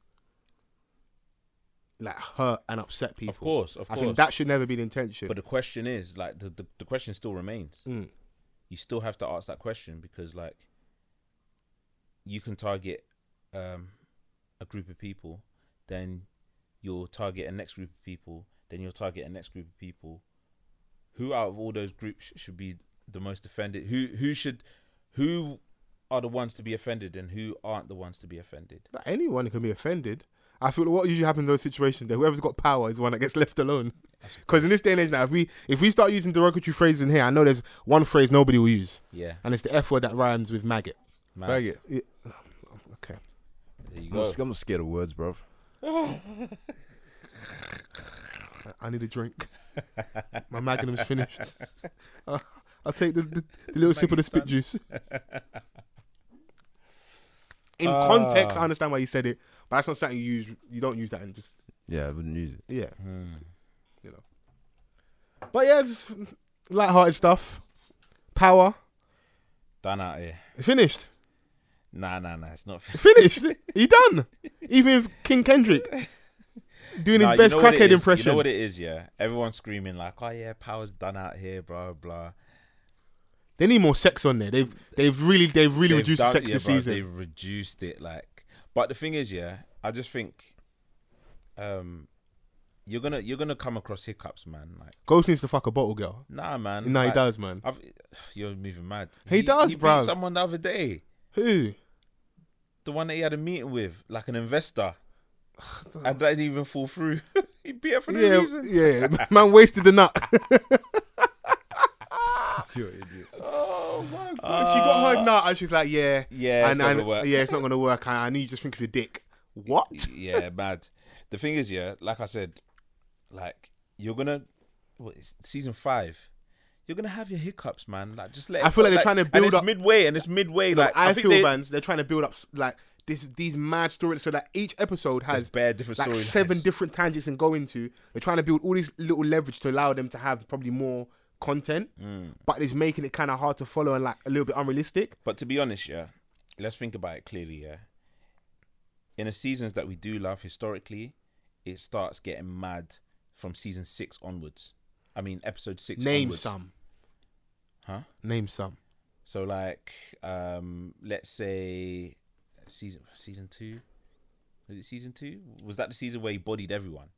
like hurt and upset people. of course of I course think that should never be the intention. but the question is like the, the, the question still remains Mm. you still have to ask that question because like you can target um a group of people then you'll target a next group of people then you'll target a next group of people who out of all those groups should be the most offended who who should who are the ones to be offended and who aren't the ones to be offended Like, anyone can be offended. I feel what usually happens in those situations that whoever's got power is the one that gets left alone. Because in this day and age now, if we if we start using derogatory phrases in here, I know there's one phrase nobody will use, yeah and it's the F word that rhymes with maggot. man. Faggot. Okay. there you I'm not, go sc- I'm not scared of words, bruv. I- I need a drink. My magnum's finished. I'll, I'll take the, the, the little sip of the spit juice. In context, I understand why you said it, but that's not something you use. You don't use that in just Yeah, I wouldn't use it. yeah, Hmm. you know. But yeah, just light-hearted stuff. Power done out here finished, nah nah nah it's not finished. you done? Even if King Kendrick doing Nah, his you best know what it crackhead is- impression. You know what it is, yeah. Everyone's screaming like, "Oh yeah, power's done out here, blah blah." they need more sex on there. They've they've really they've really They've reduced done- sex yeah, this bruv, season. They've reduced it, like. But the thing is, yeah, I just think, um, you're gonna you're gonna come across hiccups, man. Like, Ghost needs to fuck a bottle girl. nah, man. No, he like, does, man. I've, you're moving mad. He does, he beat bruv. Someone the other day, Who? the one that he had a meeting with, like an investor, and that didn't even fall through. he beat her for no Yeah, reason. yeah. Man wasted the nut. Oh my god! she got her nut, and she's like, "Yeah, Uh, Yeah, it's and, not and- gonna work. yeah, it's not gonna work. I, I need you to just think of your dick." What? yeah, mad. the thing is, yeah, like I said, like you're gonna what is season five. You're gonna have your hiccups, man. Like just let. I it feel go. like they're trying to and build it's up- midway, and it's midway. Like, like I, think feel they, fans, they're trying to build up like this these mad stories so that each episode has bare different like storylines. seven different tangents and go into. They're trying to build all these little leverage to allow them to have probably more content, Mm. but it's making it kind of hard to follow and like a little bit unrealistic. But to be honest, yeah, let's think about it clearly, yeah. In the seasons that we do love historically, it starts getting mad from season six onwards. I mean, episode six. Name onwards. some, Huh? Name some. So like, um, let's say season season two. Was it season two? Was that the season where he bodied everyone?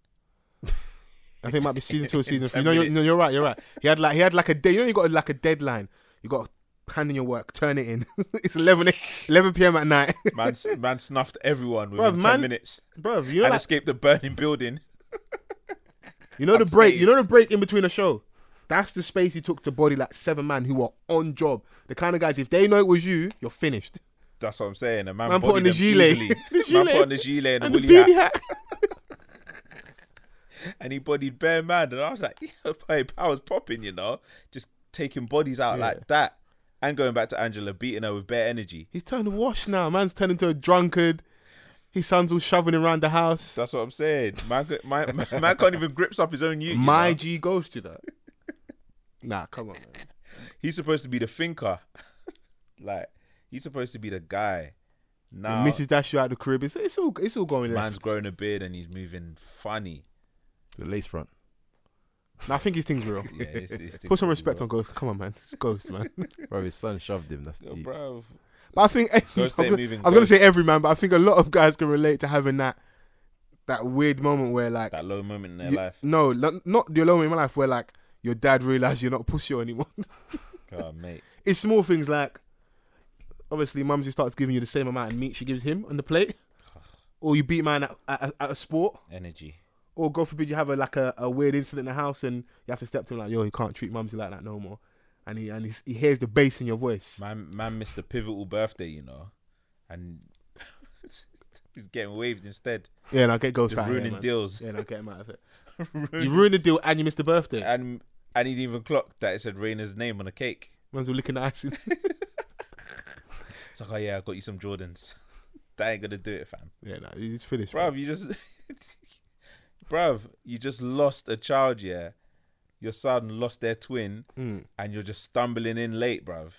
I think it might be season two or season three. Ten No, you're, no, minutes. you're right. You're right. He had like he had like a day. You know, you got like a deadline. You got to hand in your work, turn it in. it's 11, 11 p.m. at night, Man, s- man snuffed everyone within ten man- minutes bro. You know, and like, escaped the burning building. you know the I'm break. saved. You know the break in between a show. That's the space he took to body like seven man who are on job. The kind of guys, if they know it was you, you're finished. That's what I'm saying. A man, Man put on bodied the them gilet. easily. The Man gilet. put on the gilet and, And the the woolly hat. beanie hat. and he bodied bare man, and I was like, yeah, boy, power's popping, you know, just taking bodies out like that, and going back to Angela, beating her with bare energy. He's turned wash now. Man's turned into a drunkard. His son's all shoving him around the house. That's what I'm saying. Man, could- man, man can't even grips up his own youth. you My know? G goes to that. nah, come on, man. he's supposed to be the thinker, like he's supposed to be the guy. Now Mrs. Dash you out the crib. It's, it's all it's all going left. man's grown a beard and he's moving funny. The lace front. Nah, I think his thing's real. Yeah, it's, it's Put some respect on Ghost. Come on, man. It's Ghost, man. Bro, his son shoved him. That's Yo, deep. bro. But I think I Ghost was, ain't gonna, moving I was gonna Ghost. say every man, but I think a lot of guys can relate to having that that weird moment where like That low moment in their you- life. no, lo- not the alone in my life where like your dad realized you're not a pussy anymore. God, mate. it's small things like obviously mumsy starts giving you the same amount of meat she gives him on the plate, or you beat man at, at, at a sport. Energy. or God forbid you have a like a, a weird incident in the house and you have to step to him like, yo, you can't treat mumsy like that no more. And he and he's, he hears the bass in your voice. Man, man missed a pivotal birthday, you know, and he's getting waved instead. Yeah, and I get ghost Just out of ruining here, man. deals. Yeah, and I get him out of it. you ruined the deal and you missed the birthday. And and he'd even clock that it said Rainer's name on a cake. Man's all licking the icing. It's like, oh yeah, I got you some Jordans. that ain't gonna do it, fam. yeah, no, he's finished. Bruv, you just, bruv, you just lost a child. Yeah, your son lost their twin, man. Mm. and you're just stumbling in late, bruv.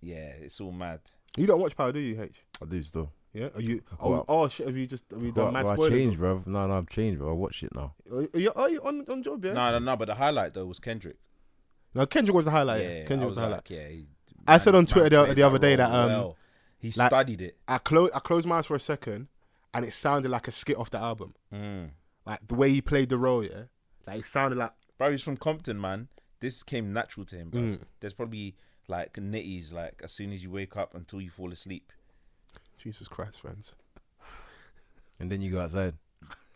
Yeah, it's all mad. You don't watch Power, do you, H? I do still. Yeah, are you? I Oh, caught oh shit! Have you just have you done Well, mad well, I spoilers? changed, bro. No, no, I've changed, bro. I watch it now. Are you, are you on, on job? Yeah. No, no, no. But the highlight though was Kendrick. No, Kendrick was the highlight. yeah, Oh, yeah. I Kendrick was the highlight. like, yeah. he- I said on Twitter the- played the other day that, role um, he like- studied it. I close I closed my eyes for a second, and it sounded like a skit off the album. Mm. Like the way he played the role, yeah. Like it sounded like Bro, he's from Compton, man. This came natural to him. Bro. Mm. There's probably like nitties, like as soon as you wake up until you fall asleep. Jesus Christ, friends. And then you go outside.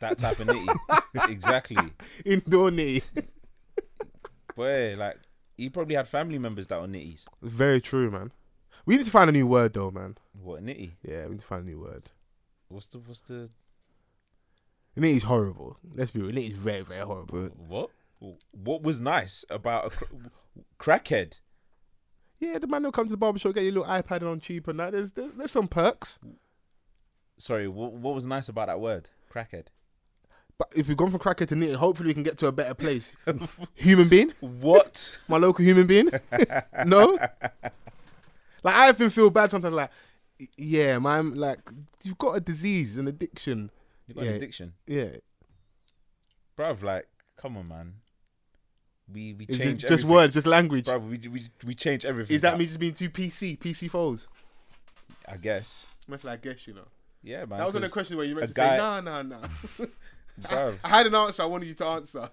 That type of nitty, exactly. Indoor knee. Boy, like he probably had family members that were nitties. Very true, man. We need to find a new word though, man. What nitty? Yeah, we need to find a new word. What's the what's the Nitty's horrible. Let's be real. Nitty's very, very horrible. But what? What was nice about a cr- crackhead? Yeah, the man who comes to the barbershop, get your little iPad on cheap and that. There's there's, there's some perks. Sorry, what, what was nice about that word? Crackhead. But if we've gone from cracker to nitty, hopefully we can get to a better place. human being? What? my local human being. no, like I often feel bad sometimes. Like, yeah, man, like you've got a disease, an addiction. You got Yeah. an addiction. Yeah, bruv, like, come on, man. We we it's just, change just everything. words, just language. bruv. We, we we change everything. Is that bruv. me just being too PC, PC foes? I guess. That's like, I guess you know. Yeah, man. That was on the 'cause, question where you meant a to guy- say, nah, nah, nah. Bruv, I had an answer. I wanted you to answer.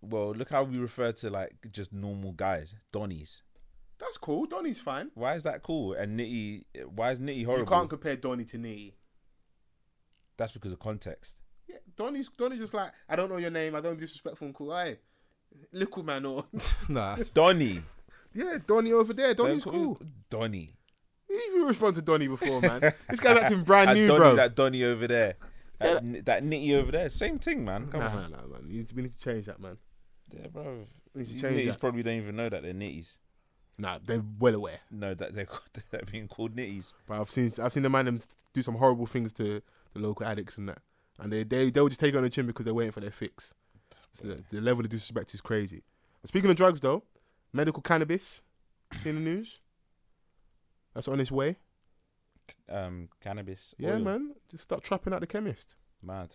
well, look how we refer to like just normal guys, Donnies. That's cool. Donny's fine. Why is that cool? And Nitty, why is Nitty horrible? You can't compare Donny to Nitty. That's because of context. Yeah, Donny's Donny's just like I don't know your name. I don't be disrespectful and cool. Hey, little man or nah, Donny. yeah, Donny over there. Donny's Don't call- cool. Donny. You respond to Donny before, man. this guy's acting brand that new, Donny, bro. that Donny over there, that, n that Nitty over there, same thing, man. Come Nah, on, nah, nah, man. You need to- We need to change that, man. yeah, bro. We need to You change Nitties that. probably don't even know that they're Nitties. Nah, they're well aware. No, that they're, called, they're being called Nitties. But I've seen I've seen the man them s- do some horrible things to the local addicts and that, and they they they'll just take it on the chin because they're waiting for their fix. So the, the level of disrespect is crazy. Speaking of drugs, though, medical cannabis, seen the news. That's on its way. Oh, Um, cannabis. Yeah, oil. man. Just start trapping out the chemist. Mad.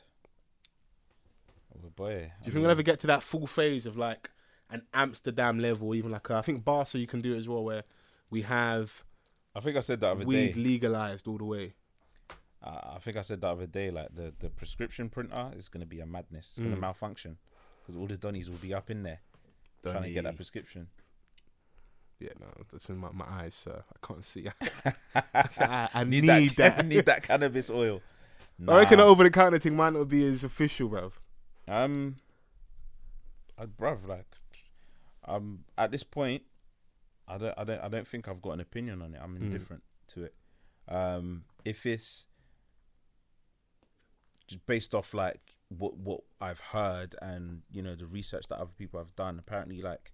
Oh boy. Do you think we'll ever get to that full phase of like an Amsterdam level, even like a, I think Barca, you can do it as well, where we have I think I said that other weed day. legalized all the way. I I think I said that other day. Like the, the prescription printer is gonna be a madness. It's gonna Mm. malfunction because all the donnies will be up in there trying to get that prescription. Yeah, no, that's in my, my eyes, sir. I can't see. I, I need, that. that. I need that cannabis oil. I reckon Nah. over the counter thing might not be as official, bruv. Um, I, bruv, like, um, at this point, I don't, I don't, I don't think I've got an opinion on it. I'm Hmm. indifferent to it. Um, if it's just based off like what what I've heard and you know the research that other people have done, apparently like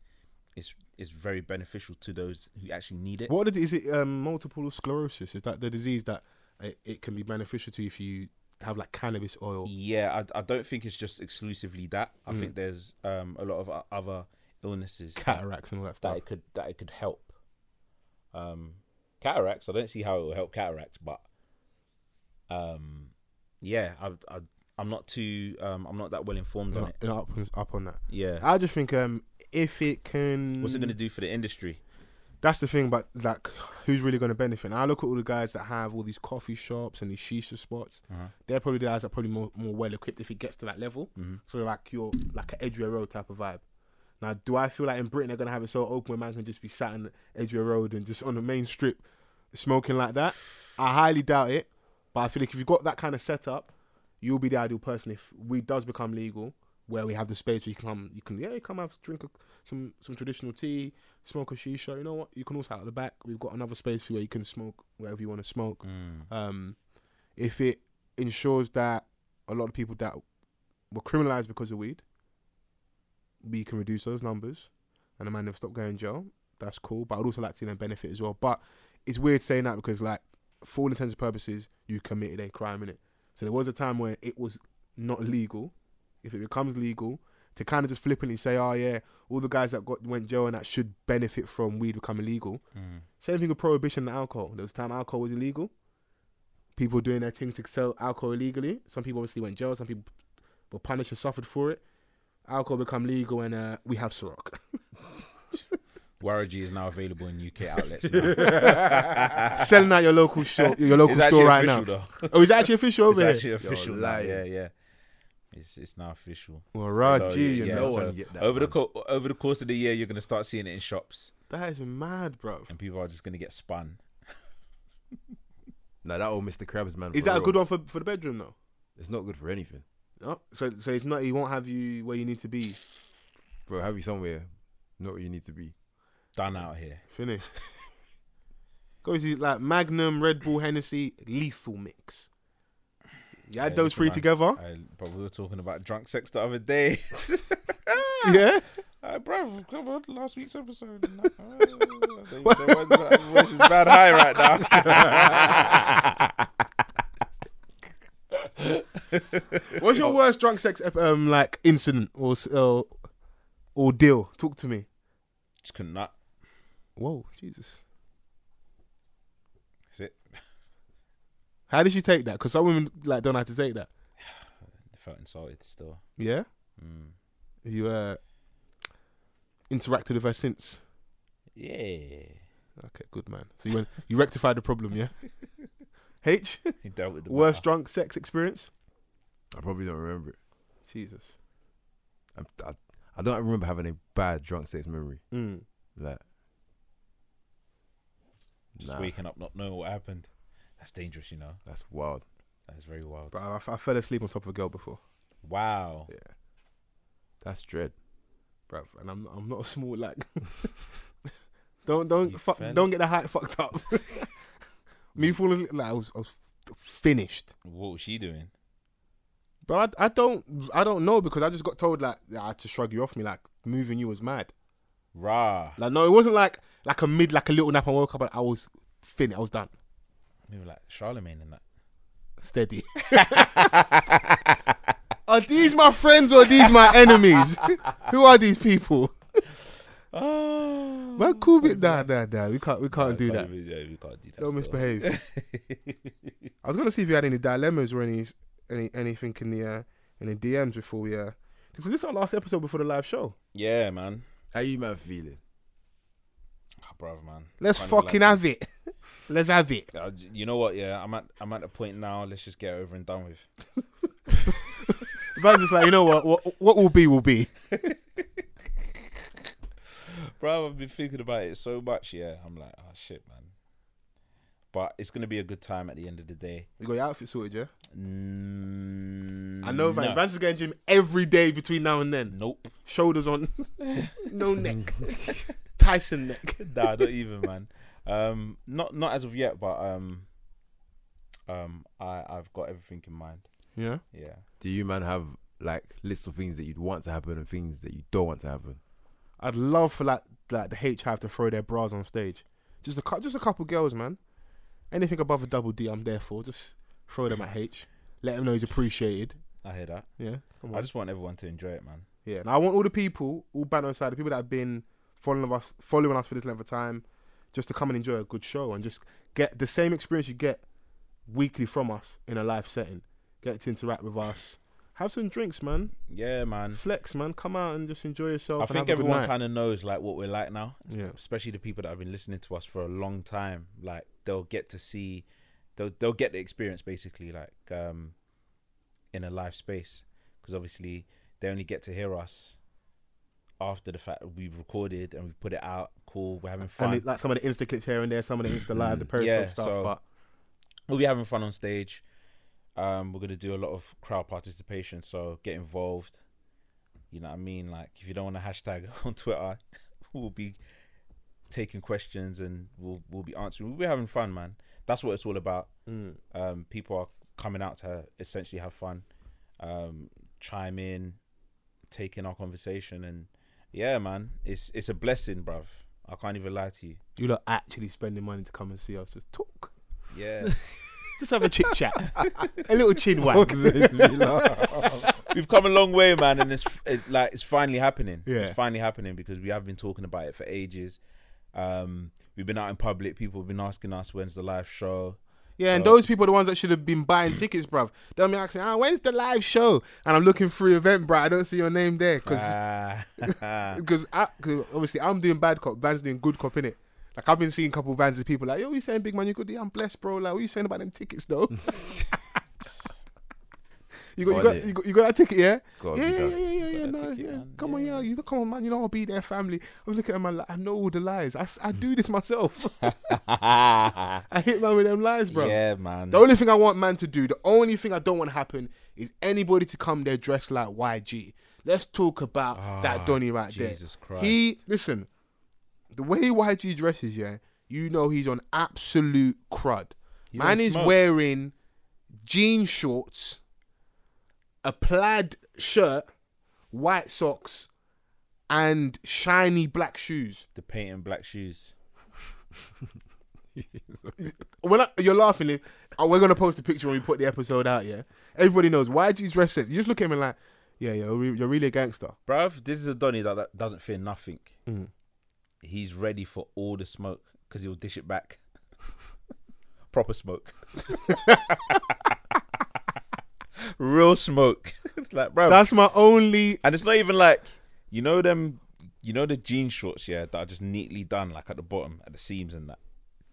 it's it's very beneficial to those who actually need it. What it- is it? Um, multiple sclerosis is that the disease that it, it can be beneficial to if you have like cannabis oil. Yeah, I, I don't think it's just exclusively that. I Hmm. think there's um a lot of o- other illnesses Cataracts and all that that stuff. it could that it could help. Um, cataracts. I don't see how it will help cataracts, but um, yeah, I, I I'm not too um I'm not that well informed You're on not, it. you're not up, on- up on that. Yeah, I just think um, if it can, what's it gonna do for the industry? that's the thing. But like, who's really going to benefit? And I look at all the guys that have all these coffee shops and these shisha spots. They're probably the guys that are probably more, more well equipped if it gets to that level. Mm-hmm. So like you're like an Edgware Road type of vibe. Now, do I feel like in Britain they're gonna have it so open where man can just be sat in Edgware Road and just on the main strip smoking like that? I highly doubt it. But I feel like if you've got that kind of setup, you'll be the ideal person if weed does become legal, where we have the space where you can come, you can yeah, you come have drink a, some some traditional tea, smoke a shisha. You know what? You can also out the back. We've got another space for you where you can smoke wherever you want to smoke. Mm. Um, if it ensures that a lot of people that were criminalized because of weed, we can reduce those numbers, and the man have stopped going to jail. That's cool, but I'd also like to see them benefit as well. But it's weird saying that because, like, for all intents and purposes, you committed a crime in it. So there was a time where it was not legal. If it becomes legal, to kind of just flippantly say, "Oh yeah, all the guys that got went jail and that should benefit from weed becoming legal." Mm. Same thing with prohibition and alcohol. There was a time alcohol was illegal. People were doing their thing to sell alcohol illegally. Some people obviously went jail. Some people were punished and suffered for it. Alcohol become legal, and uh, we have Ciroc. Warragy is now available in UK outlets. Now. Selling at your local shop, your local It's store right actually now. official, though. Oh, is it actually official It's over here? actually official. now. lying. Yeah, yeah. It's it's now official. well, right, So, gee, you yeah, know. no so one get that, over the man. co- over the course of the year, you're gonna start seeing it in shops, That is mad, bro. and people are just gonna get spun. Nah, that old Mr. Krabs man. Is for that a real. good one for, for the bedroom though? It's not good for anything, No. So so it's not. He won't have you where you need to be. bro. Have you somewhere? Not where you need to be. Done out here. Finished. Go see like Magnum, Red Bull, Hennessy, lethal mix. You had Yeah, those listen, three man, together. I, but we were talking about drunk sex the other day. yeah. Uh, bro, come on, last week's episode. Uh, they- they went- that voice is bad high right now. What's your worst drunk sex ep- um like incident or s- uh, or deal? Talk to me. Just couldn't nut. Whoa, Jesus. That's it. How did you take that? Because some women like don't have to take that. I felt insulted still. Yeah. Mm. Have you uh interacted with her since? Yeah. Okay, good man. So you went, you rectified the problem, yeah. H He dealt with the worst matter. drunk sex experience. I probably don't remember it. Jesus. I'm, I, I don't remember having a bad drunk sex memory. Mm. Like, Just nah, waking up not knowing what happened. That's dangerous, you know. That's wild. That's very wild. But I, I fell asleep on top of a girl before. Wow. Yeah, That's dread. bruv. And I'm I'm not a small like. don't don't You fuck, fell- don't get the height fucked up. me falling asleep, like I was, I was finished. What was she doing? But I, I don't I don't know because I just got told like I had to shrug you off me like moving you was mad. Rah. Like no, it wasn't like like a mid like a little nap. I woke up and I was finished. I was done. We were like Charlemagne and that. Steady. are these my friends or are these my enemies? Who are these people? Oh. Well, cool bit. Nah, nah, nah. We can't. We can't do that. We, yeah, we can't do that. Don't still. misbehave. I was gonna see if you had any dilemmas or any any anything in the uh, in the DMs before we. Uh, 'cause this is our last episode before the live show. Yeah, man. How you man feeling? Oh, brother, man. Let's Kind of fucking like- have it. Let's have it. Uh, j- you know what? Yeah, I'm at I'm at the point now. Let's just get over and done with. But I'm just like, you know what? What, what will be will be. Bro, I've been thinking about it so much. Yeah, I'm like, oh shit, man. But it's gonna be a good time at the end of the day. You got your outfit sorted, yeah. Mm, I know, Van. no. Van's is going to gym every day between now and then. Nope. Shoulders on, no neck, Tyson neck. nah, not even, man. Um, not not as of yet, but um, um, I I've got everything in mind. Yeah. Yeah. Do you man have like lists of things that you'd want to happen and things that you don't want to happen? I'd love for like like the H Hive to throw their bras on stage. Just a cou- just a couple girls, man. Anything above a double D, I'm there for. Just throw them at H. Let him know he's appreciated. I hear that. Yeah, come I on. just want everyone to enjoy it, man. yeah, and I want all the people, all banner aside, the people that have been following us, following us for this length of time, just to come and enjoy a good show and just get the same experience you get weekly from us in a live setting. Get to interact with us. Have some drinks, man. Yeah, man. Flex, man. Come out and just enjoy yourself. Mm. I and think have a good everyone night. kind of knows like what we're like now. Yeah. Especially the people that have been listening to us for a long time. Like they'll get to see, they'll they'll get the experience basically like um, in a live space because obviously they only get to hear us after the fact that we've recorded and we've put it out. Cool, we're having fun. And it, like some of the Insta clips here and there, some of the Insta live, the Periscope Mm, Yeah, stuff. so- but we'll be having fun on stage. Um, we're gonna do a lot of crowd participation, so get involved. You know what I mean? Like if you don't want to hashtag on Twitter, we'll be taking questions and we'll we'll be answering. We'll be having fun, man. That's what it's all about. Um, people are coming out to essentially have fun, um, chime in, take in our conversation, and yeah, man, it's it's a blessing, bruv. I can't even lie to you. you lot actually spending money to come and see us. Just talk. Yeah, Just have a chit chat. a little chin wag. we've come a long way, man, and it's it, like it's finally happening. Yeah. It's finally happening because we have been talking about it for ages. Um, we've been out in public. People have been asking us when's the live show. Yeah, and So- those people are the ones that should have been buying tickets, bruv. They'll be asking, ah, when's the live show? And I'm looking through event, bruv. I don't see your name there. Because Ah. cause I- 'cause obviously I'm doing bad cop, Van's doing good cop, innit? Like I've been seeing a couple of vans of people like, yo, you saying big man, you good? Yeah, I'm blessed, bro. Like, what you saying about them tickets though? you got, you On got, it. you got, you got that ticket, yeah? Gotta Yeah, be yeah, done. yeah, yeah, yeah, that no, ticket, yeah. man. Come on, Yeah. yeah. You come on, man. You know I'll be there, family. I was looking at my, like, I know all the lies. I, s- I do this myself. I hit man with them lies, bro. yeah, man. The only thing I want man to do, the only thing I don't want to happen is anybody to come there dressed like YG. Let's talk about Ah, that Donny right Jesus there. Christ. He listen, the way YG dresses, yeah, you know he's on absolute crud. man don't is smoke. wearing jean shorts, a plaid shirt, white socks, and shiny black shoes. The paint and black shoes. when I, you're laughing, Liv, uh, we're gonna post a picture when we put the episode out. Yeah, everybody knows why you dress sense. You just look at him and like, yeah, yeah, you're you're really a gangster. Bruv, this is a Donny that, that doesn't fear nothing. Mm. He's ready for all the smoke because he'll dish it back. Proper smoke. Real smoke. It's like, bro. That's my only. and it's not even like, you know, them, you know, the jean shorts, yeah, that are just neatly done, like at the bottom, at the seams and that.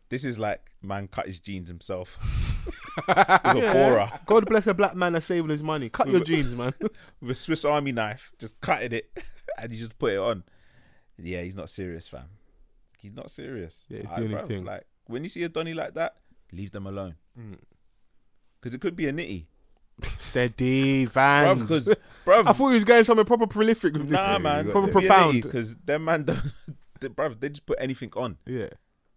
This is like, man cut his jeans himself. with a borer, God bless a black man that's saving his money. Cut your jeans, man. with a Swiss Army knife, just cutting it and he just put it on. Yeah, he's not serious, fam. He's not serious. Yeah, he's Like, doing his bruv, thing. Mm. Like when you see a Donny like that, leave them alone. Because it could be a nitty, Steady bruv. vans. Because I bruv, thought he was going somewhere proper prolific with this. nah, thing. man, Proper profound. Because them man, don't, the, bruv, they just put anything on. Yeah,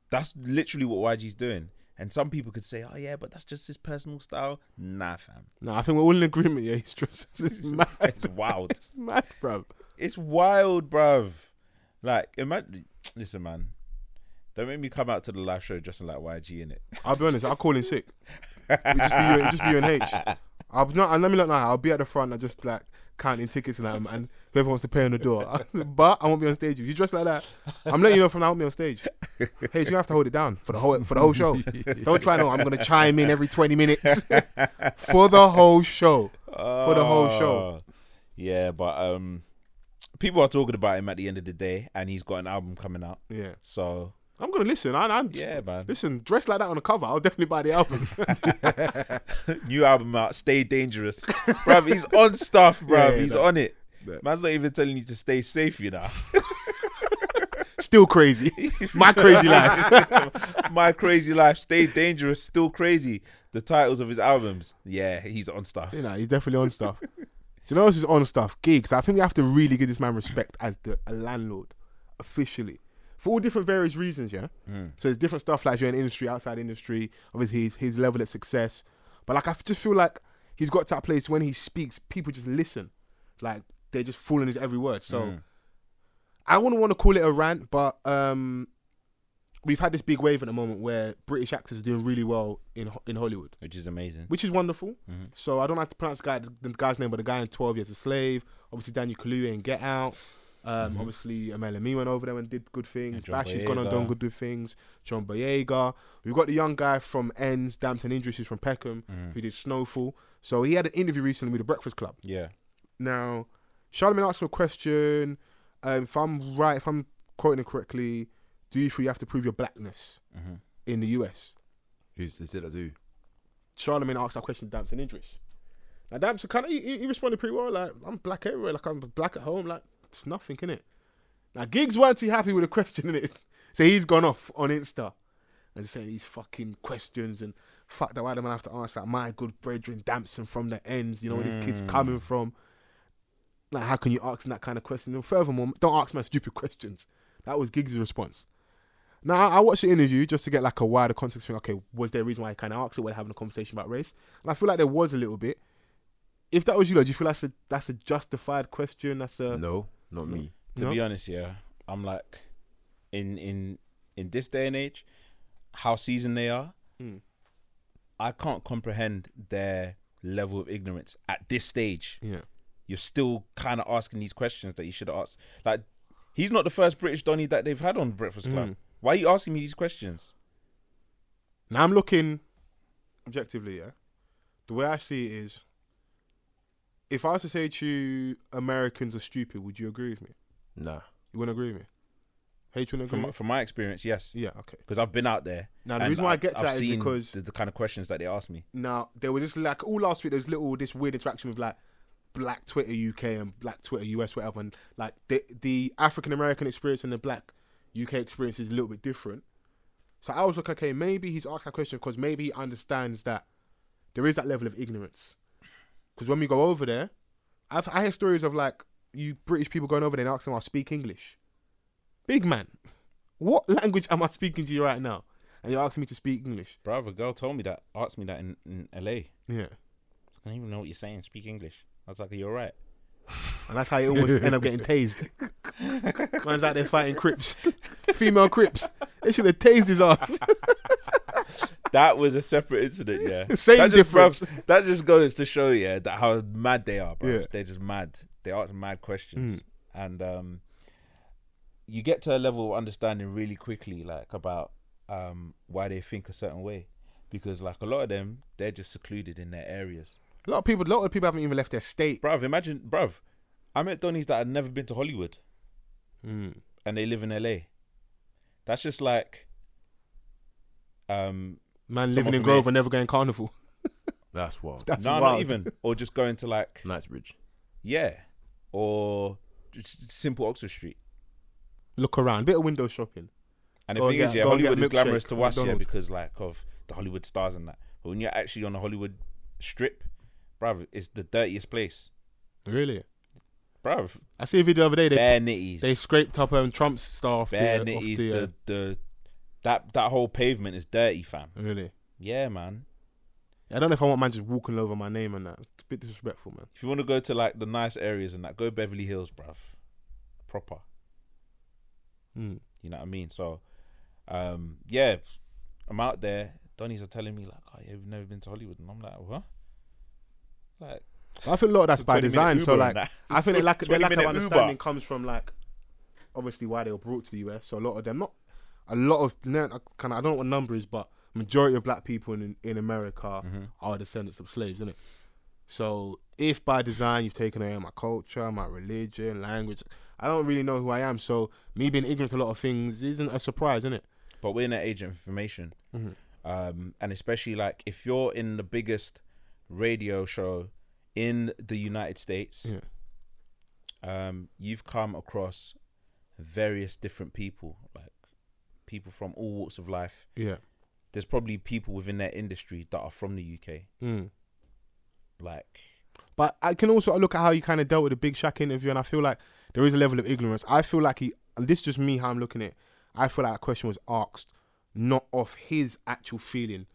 That's literally what YG's doing. And some people could say, "Oh yeah, but that's just his personal style." Nah, fam, No, I think we're all in agreement. Yeah, he's dressed. It's mad. it's wild. It's mad, bro. It's wild, bruv. Like, imagine. Listen, man. Don't make me come out to the live show dressing like YG in it. I'll be honest. I'll call in sick. It'll just be you, it'll just be you and H. I'll not. And let me not lie. I'll be at the front. I just like counting tickets and that, and whoever wants to pay on the door. but I won't be on stage. If you dress like that, I'm letting you know from now. I won't be on stage. Hey, you have to hold it down for the whole for the whole show. Don't try no. I'm gonna chime in every 20 minutes for the whole show. For the whole show. Oh, Yeah, but um, people are talking about him at the end of the day, and he's got an album coming out. Yeah, So I'm gonna listen. I, I'm yeah, man. Listen, dress like that on the cover. I'll definitely buy the album. New album out. Stay dangerous, bruv. He's on stuff, bruv. Yeah, yeah, he's no. on it. No. Man's not even telling you to stay safe, you know. Still crazy. My crazy life. My crazy life, stay dangerous, still crazy. The titles of his albums. Yeah, he's on stuff. You know, he's definitely on stuff. Do you know what's his on stuff? Gigs. I think we have to really give this man respect as the a landlord, officially. For all different various reasons, yeah. So there's different stuff like you're in industry, outside industry, obviously his his level of success. But like I f- just feel like he's got to that place when he speaks, people just listen. Like they're just fooling his every word. So Mm. I wouldn't want to call it a rant, but um we've had this big wave at the moment where British actors are doing really well in Ho- in Hollywood Which is amazing. which is wonderful. Mm-hmm. So I don't like to pronounce the, guy, the guy's name, but the guy in 12 Years a Slave, obviously Daniel Kaluuya in Get Out. Um, Obviously, Amela Me went over there and did good things. And Mm-hmm. John Bash has gone and Boyega. done good, good things. John Boyega. We've got the young guy from Ends, Damson Indris, who's from Peckham, Mm-hmm. who did Snowfall. So he had an interview recently with the Breakfast Club. Yeah. Now, Charlemagne asked him a question. Um, if I'm right, if I'm quoting it correctly, do you feel you have to prove your blackness in the US? Who's they said that who? Charlemagne asked that question to Damson Idris. Now Damson kind of he, he he responded pretty well. Like I'm black everywhere. Like I'm black at home. Like it's nothing, can it? Now Giggs weren't too happy with the question in it, so he's gone off on Insta and saying these fucking questions and fuck that. Why do man have to answer? Like, my good brethren, Damson from the ends. You know where these kids coming from. Like how can you ask him that kind of question? And furthermore, don't ask my stupid questions. That was Giggs' response. Now I, I watched the interview just to get like a wider context. Thing, okay, was there a reason why I kind of asked it? We're having a conversation about race, and I feel like there was a little bit. If that was you, like, do you feel that's a that's a justified question? That's a No, not me. To No? be honest, yeah, I'm like, in in in this day and age, how seasoned they are, Mm. I can't comprehend their level of ignorance at this stage. yeah, You're still kind of asking these questions that you should have asked. Like, he's not the first British Donny that they've had on Breakfast Club. Mm. Why are you asking me these questions? Now I'm looking objectively, yeah. The way I see it is, if I was to say to you, Americans are stupid, would you agree with me? Nah. You wouldn't agree with me. Hey, you wouldn't agree? From with from my experience, yes, me? Yeah, okay. because I've been out there. Now, the and reason why I get to I've that is seen because- the, the kind of questions that they ask me. Now there was this like all last week. There was little this weird interaction with like Black Twitter UK and Black Twitter US whatever, and like the the African American experience and the Black UK experience is a little bit different. So I was like, okay, maybe he's asked that question because maybe he understands that there is that level of ignorance. Because when we go over there, I've I hear stories of like you British people going over there and asking, "I speak English." Big man, what language am I speaking to you right now? And you're asking me to speak English. Bruv, a girl told me that, asked me that in, in LA. I Yeah. don't even know what you're saying. Speak English. I was like, you're right. And that's how you almost end up getting tased. Man's out there fighting Crips. Female Crips. They should have tased his ass. That was a separate incident, yeah. Same that just, difference. bruv, that just goes to show, yeah, that how mad they are, bro. Yeah. Mm. They're just mad. They ask mad questions, and um, you get to a level of understanding really quickly, like about um why they think a certain way, because like a lot of them, they're just secluded in their areas, A lot of people a lot of people haven't even left their state. bruv. Imagine, bruv, I met Donnies that had never been to Hollywood, Hmm. and they live in LA. That's just like, um, Man Someone living in from Grove and never going carnival. That's wild. That's no, wild. not even, or just going to like Knightsbridge. Yeah. Or just simple Oxford Street. Look around. Bit of window shopping. And the Go and thing get- is, yeah, go and get a Hollywood is milkshake glamorous to from watch, yeah, McDonald's. because like of the Hollywood stars and that. But when you're actually on the Hollywood strip, bruv, it's the dirtiest place. Really? Bruv. I see a video the other day. They Bare nitties. they scraped up um, Trump's star off bare the, off nitties, the, uh, the, the That that whole pavement is dirty, fam. Really? Yeah, man. I don't know if I want man just walking over my name and that. It's a bit disrespectful, man. If you want to go to like the nice areas and that, go Beverly Hills, bruv. Proper. Mm. You know what I mean? So, um, yeah, I'm out there. Donnies are telling me like, "Oh yeah, we've never been to Hollywood," and I'm like, "What?" Like, But I feel a lot of that's by 20 minute design. So Uber like, and that. I think they lack, their 20 lack of minute understanding Uber. comes from like, obviously why they were brought to the US. So a lot of them, not a lot of kind of, I don't know what number is, but majority of black people in in America are descendants of slaves, isn't it? So if by design you've taken away my culture, my religion, language, I don't really know who I am. So me being ignorant to a lot of things isn't a surprise, isn't it? but we're in an age of information, Mm-hmm. um, and especially like if you're in the biggest radio show in the United States, um, you've come across various different people, like people from all walks of life. Yeah. There's probably people within that industry that are from the UK, Mm. like But I can also look at how he kind of dealt with the Big Shaq interview, and I feel like there is a level of ignorance. I feel like he, and this is just me how I'm looking at it, I feel like that question was asked not off his actual feeling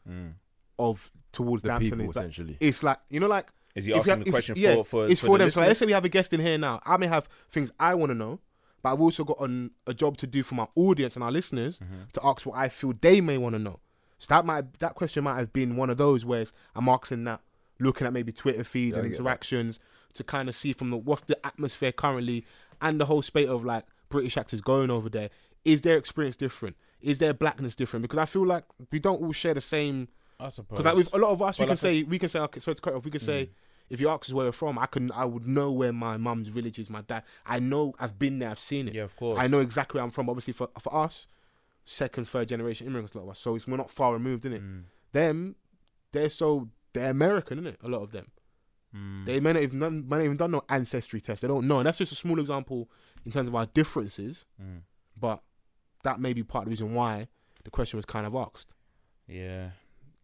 of towards Mm. The Damson. people, It's like- essentially. It's like, you know, like. Is he if you asking have- the if- question yeah, for- for- It's for for, the them. So listener? let's say we have a guest in here now. I may have things I want to know, but I've also got an, a job to do for my audience and our listeners Mm-hmm. to ask what I feel they may want to know. So that might that question might have been one of those where it's- I'm asking that, looking at maybe Twitter feeds and I get that. interactions to kind of see from the what's the atmosphere currently and the whole spate of like British actors going over there. Is their experience different? Is their blackness different? Because I feel like we don't all share the same I suppose. because like with a lot of us, we Well, can I Mm. say we can say okay, so to cut it off, we can say if you ask us where we're from, I can I would know where my mum's village is, my dad. I know I've been there, I've seen it. Yeah, of course. I know exactly where I'm from. Obviously for for us, second, third generation immigrants, a lot of us. So it's, we're not far removed, innit? Mm. Them, they're so they're American, innit? A lot of them. Mm, They may not even may not even done no ancestry test. They don't know, and that's just a small example in terms of our differences. mm, But that may be part of the reason why the question was kind of asked. Yeah,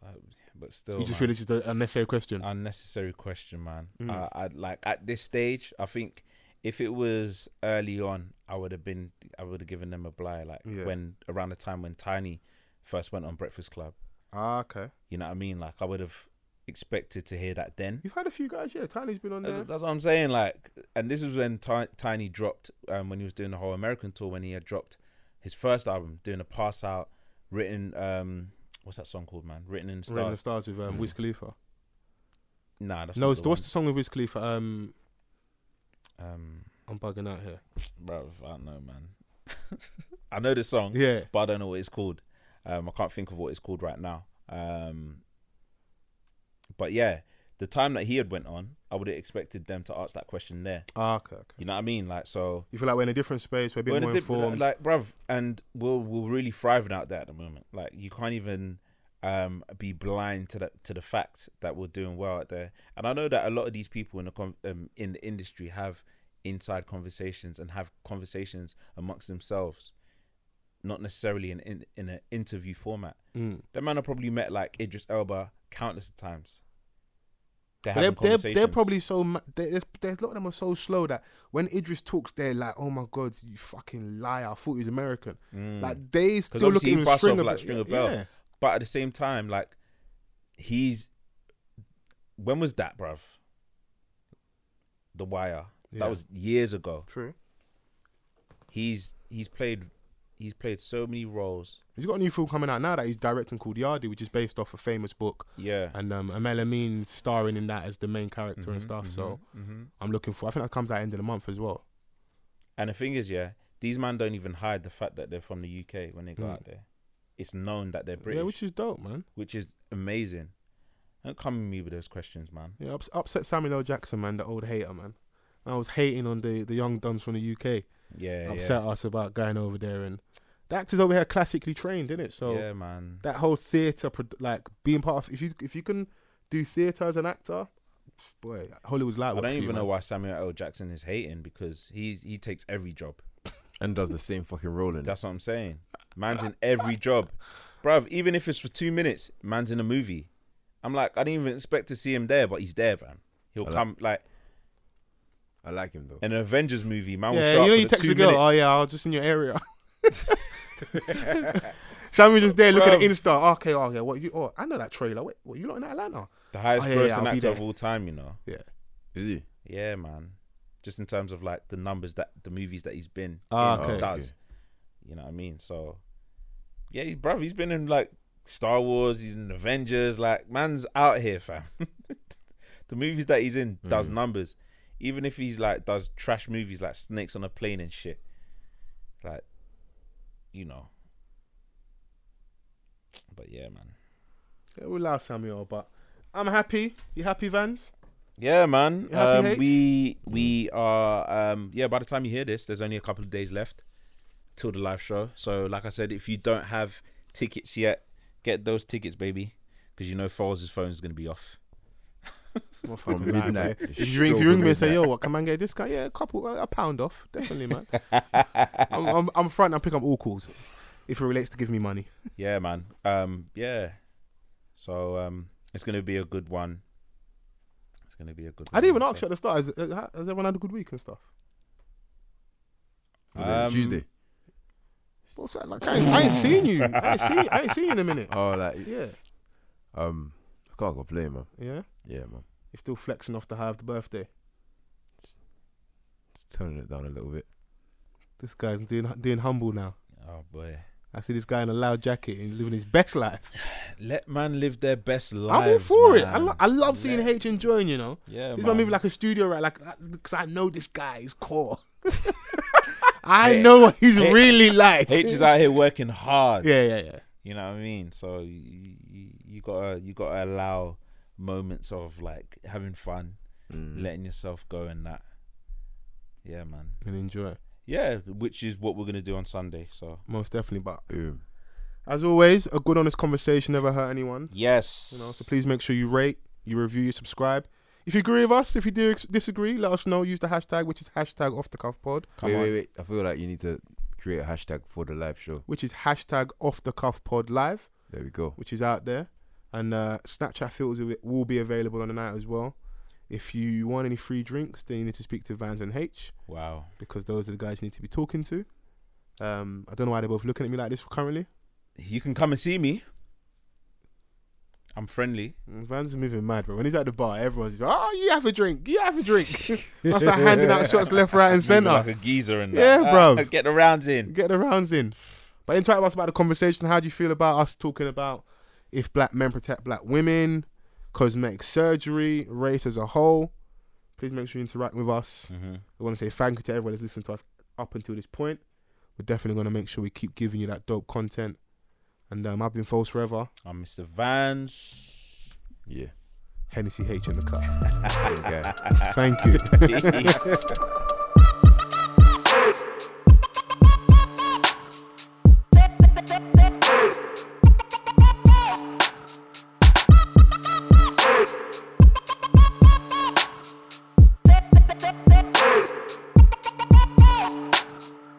Uh, but still, you just man, feel this is the unnecessary question. unnecessary question, man. Mm. Uh, I like at this stage. I think if it was early on, I would have been, I would have given them a blight. Like Yeah. when around the time when Tiny first went on Breakfast Club, Ah, okay. you know what I mean? Like I would have expected to hear that then. You've had a few guys, yeah. Tiny's been on Uh, there. That's what I'm saying. Like, and this is when Ti- Tiny dropped um, when he was doing the whole American tour when he had dropped his first album, doing a pass out, written. Um, what's that song called, man? Written in Rain in the stars. Stars with um, Wiz Khalifa. Nah, that's no, not it's, the what's the song with Wiz Khalifa? Um, one. um, I'm bugging out here. bro. I don't know, man. I know the song, Yeah. but I don't know what it's called. Um, I can't think of what it's called right now. Um, but yeah, the time that he had went on, I would have expected them to ask that question there. Ah, okay, okay. You know what I mean? Like, so You feel like we're in a different space. We're a bit We're in a more dip- informed. Like, bruv, and we're we're really thriving out there at the moment. Like, you can't even um be blind to the to the fact that we're doing well out there. And I know that a lot of these people in the com- um, in the industry have inside conversations and have conversations amongst themselves, not necessarily in in, in an interview format. Mm. That man have probably met like Idris Elba countless of times. They're But having they're, they're, they're conversations. probably so. ma- they- There's, there's a lot of them are so slow that when Idris talks, they're like, "Oh my god, you fucking liar! I thought he was American." Mm. Like they because still look obviously at him he as passed off Stringer like Bell. Stringer Bell, Yeah. but at the same time, like he's when was that, bruv? The Wire. Yeah. That was years ago. True. He's he's played he's played so many roles. He's got a new film coming out now that he's directing called Yardie, which is based off a famous book, Yeah, Mm-hmm, and um, Amel Amin starring in that as the main character and stuff. So I'm looking for. I think that comes out end of the month as well. and the thing is, yeah, these man don't even hide the fact that they're from the UK when they go out there. It's known that they're British, Hmm. Yeah, which, which is dope, man. is amazing. Don't come at me with those questions, man. Yeah, ups- upset Samuel L. Jackson, man, the old hater, man. I was hating on the, the young dumbs from the UK. Yeah, upset us about going over there, and the actors over here are classically trained, innit? yeah, So yeah, man. that whole theater, like being part of, if you if you can do theater as an actor, boy, Hollywood's like. I don't even know why Samuel L. Jackson is hating because he's he takes every job. And does the same fucking role in it. That's what I'm saying. Man's in every job, bruv. Even if it's for two minutes, man's in a movie. I'm like, I didn't even expect to see him there, but he's there, man. He'll like- come like I like him though. an Avengers movie. Man, will "Oh, Yeah, show you up know, for you the text two a girl. minutes. Oh yeah, I was just in your area. Sammy just there looking at Bruv. Insta. Okay, oh yeah, what you? Oh, I know that trailer. Wait, what you lot in Atlanta? The highest Oh, yeah, yeah, I'll grossing be actor there. of all time, you know. Yeah. Is he? Yeah, man. Just in terms of like the numbers that the movies that he's been Ah, in okay. and does. You know what I mean? So yeah, he, bruv, he's been in like Star Wars, he's in Avengers, like man's out here, fam. the movies that he's in does Mm. numbers. Even if he's like does trash movies like Snakes on a Plane and shit. Like, you know. But yeah, man. Yeah, we love Samuel, but I'm happy. You happy, Vans? Yeah, man. You happy, Um, H? we we are um, yeah. By the time you hear this, there's only a couple of days left till the live show. So, like I said, if you don't have tickets yet, get those tickets, baby, because you know Foles' phone is gonna be off. Well, From fucking lie, midnight. mate. It's If you ring, if still you ring me and midnight. say, "Yo, what? Come and get this guy." Yeah, a couple, a, a pound off, definitely, man. I'm, I'm, I'm front. I'm pick up all calls if it relates to give me money. Yeah, man. Um, yeah. So um, it's gonna be a good one. It's gonna be a good. I didn't even one, ask you so- at the start. Has, has everyone had a good week and stuff? For the Um, Tuesday. What's that like? I ain't, I ain't seen you. I ain't seen. You. I ain't seen you in a minute. Oh, like Yeah, um, I can't complain, man. yeah. Yeah, man. You're still flexing off the high of the birthday. Turning it down a little bit. This guy's doing doing humble now. Oh boy, I see this guy in a loud jacket and living his best life. let man live their best life. I'm all for it. I, lo- love. I love seeing H enjoying. You know. Yeah, This man. might be like a studio, right? Like, because I know this guy is core. I know what he's H- really like. H is out here working hard. Yeah, yeah, yeah. You know what I mean? So you, you, you gotta you gotta allow moments of like having fun, Mm. letting yourself go, and that. Yeah, man. And enjoy, Yeah, which is what we're gonna do on Sunday. So most definitely. But Boom. as always, a good, honest conversation never hurt anyone. yes, You know, so please make sure you rate, you review, you subscribe. If you agree with us, if you do ex- disagree, let us know. Use the hashtag, which is hashtag off the cuff pod, come wait, on. wait, wait. I feel like you need to create a hashtag for the live show. which is hashtag off the cuff pod live. There we go. which is out there. And uh, Snapchat filters will- will be available on the night as well. If you want any free drinks, then you need to speak to Vans and H Wow. because those are the guys you need to be talking to. Um, I don't know why they're both looking at me like this currently. You can come and see me. I'm friendly. Mm, Vans is moving mad, bro. When he's at the bar, everyone's just, oh, you have a drink, you have a drink. I start handing out shots left, right, and Moving centre. like a geezer and Yeah, that. bruv. Get the rounds in. Get the rounds in. But interact with us about the conversation. How do you feel about us talking about if black men protect black women, cosmetic surgery, race as a whole? Please make sure you interact with us. Mm-hmm. We want to say thank you to everyone that's listened to us up until this point. We're definitely going to make sure we keep giving you that dope content. And um, I've been False Forever, I'm Mr. Vans. Yeah. Hennessy H in the cut. Okay. Thank you. Hey!